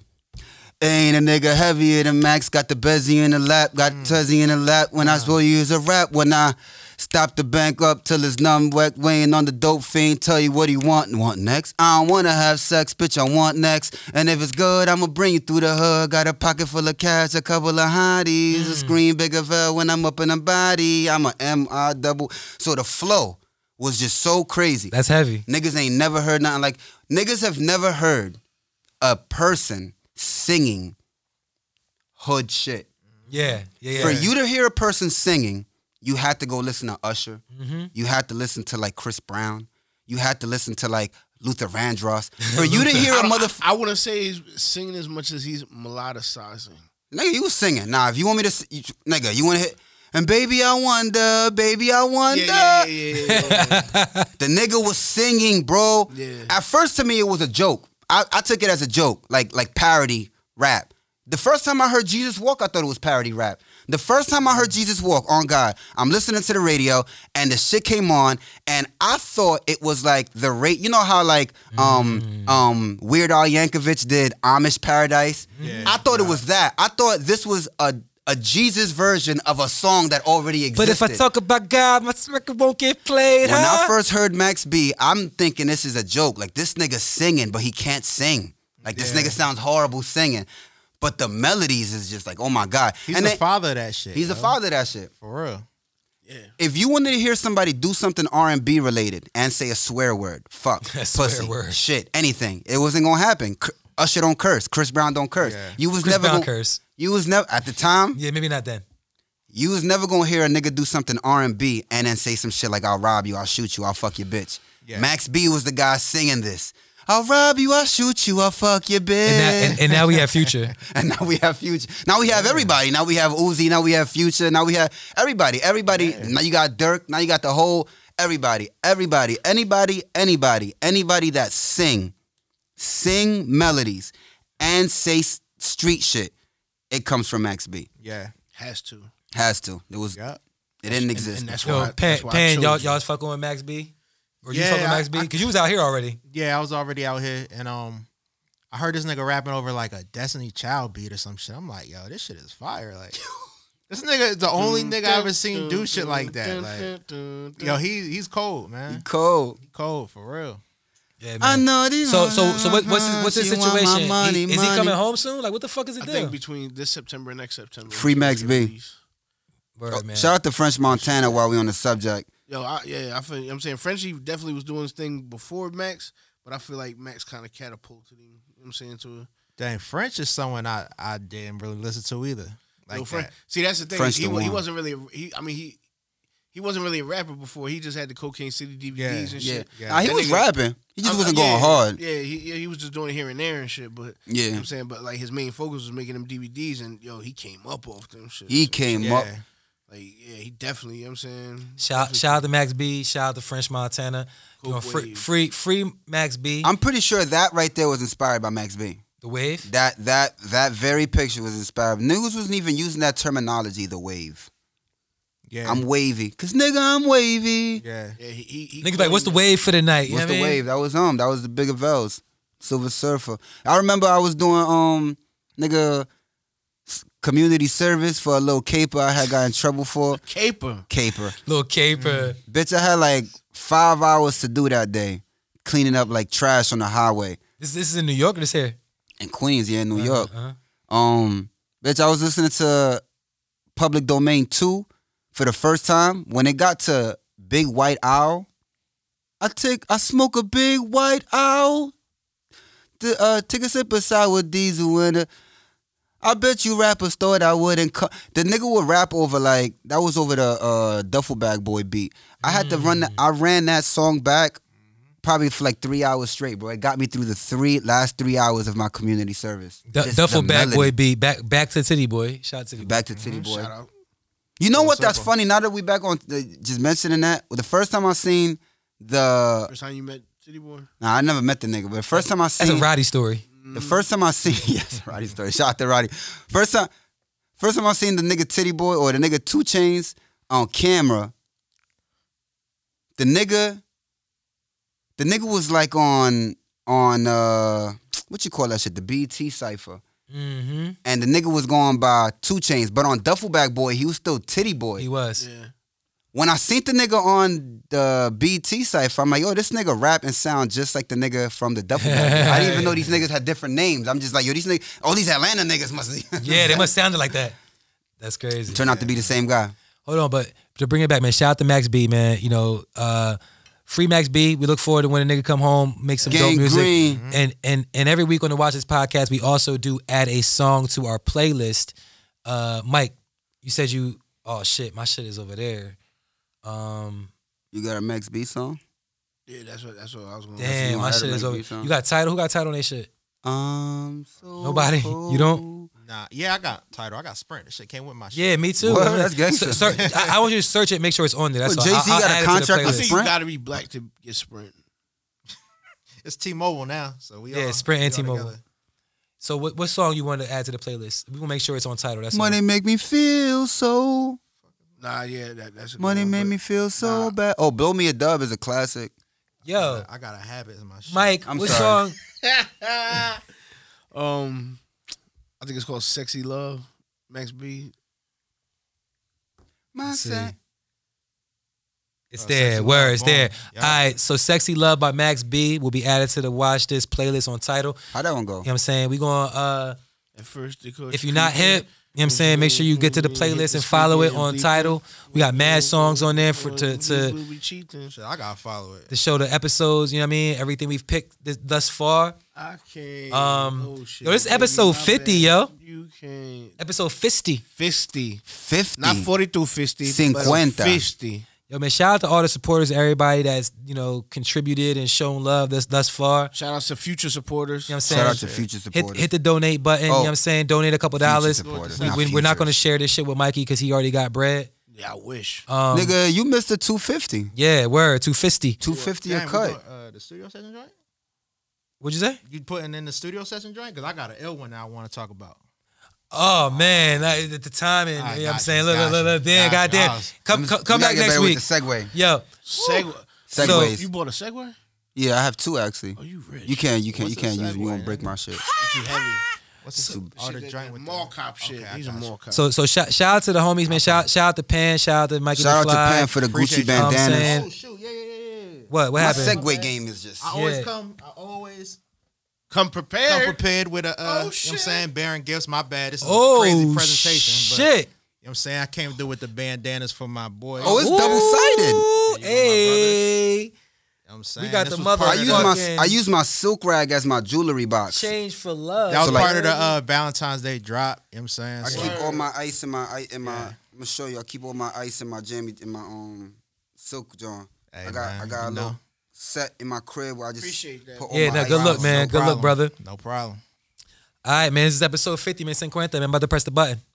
Ain't a nigga heavier than Max. Got the bezzy in the lap. Got Tuzzy in the lap. When I swore you was a rap. When I stop the bank up till it's numb wet. Weighing on the dope fiend. Tell you what he want. Want next. I don't wanna have sex. Bitch, I want next. And if it's good, I'ma bring you through the hood. Got a pocket full of cash. A couple of hotties. A screen bigger fell when I'm up in a body. I'm a M-I double. So the flow was just so crazy.
That's heavy.
Niggas ain't never heard nothing like niggas have never heard a person singing hood shit.
Yeah, yeah, yeah.
For you to hear a person singing, you had to go listen to Usher.
Mm-hmm.
You had to listen to like Chris Brown. You had to listen to like Luther Vandross. For you to hear a
I,
mother,
I wouldn't say he's singing as much as he's melodicizing.
nigga, you was singing. Nah, if you want me to, s- you, nigga, you want to hit. and baby I wonder, baby I wonder.
Yeah, yeah, yeah, yeah, yeah.
The nigga was singing, bro.
Yeah.
At first, to me, it was a joke. I, I took it as a joke, like like parody rap. The first time I heard Jesus walk, I thought it was parody rap. The first time I heard Jesus walk, on God, I'm listening to the radio, and the shit came on, and I thought it was like the rate. You know how like um um Weird Al Yankovic did Amish Paradise. I thought it was that. I thought this was a a Jesus version of a song that already existed.
But if I talk about God, my record won't get played.
When
huh?
I first heard Max B, I'm thinking this is a joke. Like this nigga singing, but he can't sing. Like this nigga sounds horrible singing. But the melodies is just like, oh my God.
He's
and
the
then-
father of that shit.
he's the
yo.
father of that shit.
For real.
If you wanted to hear somebody do something R and B related and say a swear word, fuck,
A swear
pussy,
word.
shit, anything, it wasn't gonna happen. Cr- Usher don't curse. Chris Brown don't curse.
Yeah.
You was
Chris
never
Brown
gonna,
curse.
You was never at the time.
Yeah, maybe not then.
You was never gonna hear a nigga do something R and B and then say some shit like "I'll rob you, I'll shoot you, I'll fuck your bitch."
Yeah.
Max B was the guy singing this. I'll rob you, I'll shoot you, I'll fuck your
And,
bitch.
that, and, and now we have Future.
And now we have Future. Now we have everybody. Now we have Uzi. Now we have Future. Now we have everybody. Everybody. Now you got Dirk. Now you got the whole everybody. Everybody. Anybody. Anybody. Anybody that sing, sing melodies, and say s- street shit. It comes from Max B.
Yeah.
Has to.
Has to. It was.
Yeah.
It didn't
And,
exist.
and that's why.
Yo,
I,
Pan,
that's why I
Pan
chose
y'all,
it.
y'all was fucking with Max B? Or you
Yeah,
fucking with
I-
Max B?
I-
Because you was out here already.
Yeah, I was already out here and um I heard this nigga rapping over like a Destiny Child beat or some shit. I'm like, yo, this shit is fire. Like this nigga is the only nigga I ever seen do shit like that. Like yo, he he's cold, man.
Cold.
He cold for real.
Yeah,
I
man.
know these.
So so so what, what's his, what's his
She want my
situation? He-
money,
is he
money.
coming home soon? Like what the fuck is the
I
deal?
think between this September and next September.
Free Max B.
Release.
Word, man.
oh, Shout out to French Montana while we on the subject.
Yo, I, yeah, I feel. you know what I'm saying Frenchie definitely was doing his thing before Max, but I feel like Max kind of catapulted him. You know what I'm saying to
Dang, French is someone I, I didn't really listen to either. Like
Yo, Fren-
that.
See, that's the thing.
French
he,
the
wa- he
one.
wasn't really. A, he, I mean, he he wasn't really a rapper before. He just had the Cocaine City DVDs
Yeah,
and shit.
Yeah.
Yeah.
Nah, he
That
was
nigga-
rapping. He just
I'm-
wasn't
yeah,
going hard.
Yeah, he yeah, he was just doing it here and there and shit. But you know what
Yeah.
I'm saying, but like his main focus was making them DVDs, and yo, he came up off them shit.
He
So,
came
Yeah.
up.
like yeah, he definitely. You know what I'm saying.
Shout, shout out to Max B. Shout out to French Montana. You know,
Cool
free,
wave.
free, free Max B.
I'm pretty sure that right there was inspired by Max B.
the wave.
That that that very picture was inspired. Niggas wasn't even using that terminology, the wave.
Yeah.
I'm wavy. Cause nigga, I'm wavy.
yeah.
Yeah, he, he, he
Niggas like, what's the wave for the night? You
What's
know
the
what I mean?
wave? That was um, that was the bigger Vels. Silver Surfer. I remember I was doing um nigga s- community service for a little caper I had got in trouble for.
caper?
Caper.
Little caper.
Bitch, I had like five hours to do that day, cleaning up like trash on the highway
This, this is in New York or this here?
in Queens, yeah, in New York.
Uh-huh.
Um, bitch, I was listening to Public Domain 2 for the first time. When it got to Big White Owl, I take I smoke a big white owl. Th- uh, take a sip of sour diesel and a- I bet you rappers thought I wouldn't come. The nigga would rap over like that was over the uh, Duffel Bag Boy beat. I had to run. The,
Mm.
I ran that song back probably for like three hours straight, bro. It got me through the three last three hours of my community service.
Du-
Just
Duffel
the
bag
melody.
boy B. Back back to Titty Boy. Shout out to Titty Boy.
Back to Titty Boy.
Shout out.
You know
Full
what? That's
circle.
funny. Now that we back on, the, just mentioning that the first time I seen the,
First time you met City Boy.
nah, I never met the nigga, but the first time I
That's a
seen
Roddy story.
the first time I seen yes, Roddy story. Shout out to Roddy. First time, first time I seen the nigga Titty Boy or the nigga Two Chains on camera. The nigga, the nigga was like on on uh what you call that shit? The BT cipher.
Mm-hmm.
And the nigga was going by two chains, but on Duffel Bag Boy, he was still Titty Boy.
He was.
Yeah.
when I seen the nigga on the BT cipher, I'm like, yo, this nigga rap and sound just like the nigga from the Duffel Bag. I didn't even know these niggas had different names. I'm just like, yo, these niggas, all these Atlanta niggas must.
Yeah, they must sounded like that. That's crazy.
turn out to be the same guy.
Hold on, but to bring it back, man. Shout out to Max B, man. You know, uh, free Max B. We look forward to when a nigga come home, make some
Gang
dope music. Mm-hmm.
Green.
And and and every week on the Watch This podcast, we also do add a song to our playlist. Uh, Mike, you said you. Oh shit, my shit is over there. Um,
You got a Max B song?
Yeah, that's what that's what I was going. to
damn,
one.
my
I had to
shit is
make
over.
a beat song.
You got title? Who got title on their shit?
Um, so
Nobody. You don't?
cold.
Nah, yeah, I got title. I got Sprint. That shit came with my shit.
Yeah, me too.
Word, that's gangsta.
So- search- I, I want you to search it, make sure it's on there. That's
Well,
all.
Jay-Z
I'll- I'll
got a
add it to the
contract
I
with
playlist.
think
Sprint?
you gotta be black to get Sprint.
It's T-Mobile now, so we
Yeah,
all-
Sprint and
we all
T-Mobile.
together.
So what, what song you want to add to the playlist? We will make sure it's on title. That's
Money
all.
make me feel so.
Nah, yeah, that, that's a good
Money
one,
made
but-
me feel so
Nah.
bad. Oh, blow me a dub is a classic.
Yo,
I got a habit in my
Oh.
shit.
Mike,
I'm
what
sorry.
song?
Um, I think it's called "Sexy Love." Max B.
My
see.
sack.
It's
Uh,
there.
Sexy
Where
Love,
it's there.
boom.
All
Yeah.
right. So "Sexy Love" by Max B will be added to the Watch This playlist on title.
How that one go?
You know what I'm saying? We're going to, uh,
At first, they call
if you're not hip, you know what I'm saying? Make sure you get to the playlist and follow it on title. We got mad songs on there for to, to
We be cheating.
Shit, I gotta follow it.
to show the episodes, you know what I mean? Everything we've picked th- thus far.
I can't.
Um,
oh, shit,
yo, this
baby,
episode
my
50,
bad.
yo.
You can't.
Episode 50.
Fifty,
50.
not forty-two, fifty. but
Cincuenta.
Fifty.
Yo, man, shout out to all the supporters, everybody that's, you know, contributed and shown love thus, thus far.
Shout out to future supporters.
You know what I'm saying?
Shout out to future
hit,
supporters.
hit the donate button, you know
Oh.
what I'm saying? Donate a couple
Future
dollars.
supporters,
We,
not
we, are not
futures.
going to share this shit with Mikey because he already got bread.
yeah, I wish.
Um,
Nigga, you missed the 250.
Yeah, word, 250.
250
Damn,
a
we
cut.
doing, uh, the studio session joint.
What'd you say?
You putting in the studio session joint? Cause I got an L one that I want to talk about.
Oh man, I- the, the timing. You know
Alright,
what I'm
gotcha,
saying, look, look, look, look,
gotcha,
damn,
gotcha.
goddamn.
I was-
Come, come, come
We gotta
back
get
next
better
week.
With the segue.
Yo,
Segway.
So-
Segways.
You bought a Segway?
yeah, I have two actually.
Oh, you rich?
You can't, you can't, you
What's a
can't use. 'em. You
segue,
won't break
nigga?
my shit.
You heavy?
What's this?
Shit,
Oh, the
Shit,
joint
that-
with
mall
the,
cop shit.
Okay, I
He's a
got you.
mall cop.
so so shout, shout out to the homies, man. Shout shout out to Pan, shout out to Michael.
Shout out to
McFly.
Pan for the
Appreciate
Gucci
you. You know
what I'm
bandanas.
saying?
Oh shoot! Yeah, yeah, yeah, yeah.
What what
My
happened?
segue game is just.
I always
Yeah.
come. I always
Come
come
prepared.
prepared with a. Uh,
Oh,
you know what I'm
shit.
saying bearing gifts. My bad. This is
oh
a crazy presentation. But,
shit!
You know what I'm saying I came through with the bandanas for my boy.
Oh, it's
Ooh,
double sided.
Hey,
You know what I'm saying
got
This
the
was
mother-
part
I
of
use
the-
my
fucking-
I use my silk rag as my jewelry box.
change for love.
That was
So, like-
part of the uh, Valentine's Day drop. You know what I'm saying?
I
So,
keep all my ice in my i- in my. I'm gonna show you. I keep all my ice in my jammy in my um silk john.
Hey,
I got I
man,
got a
you
little
know.
set in my crib where I just
Appreciate that.
put all
yeah,
my
no,
ice
good
on.
luck, man.
no
good luck,
problem.
brother.
No problem.
All right, man. This is episode 50, man. Cinquenta, man. I'm about to press the button.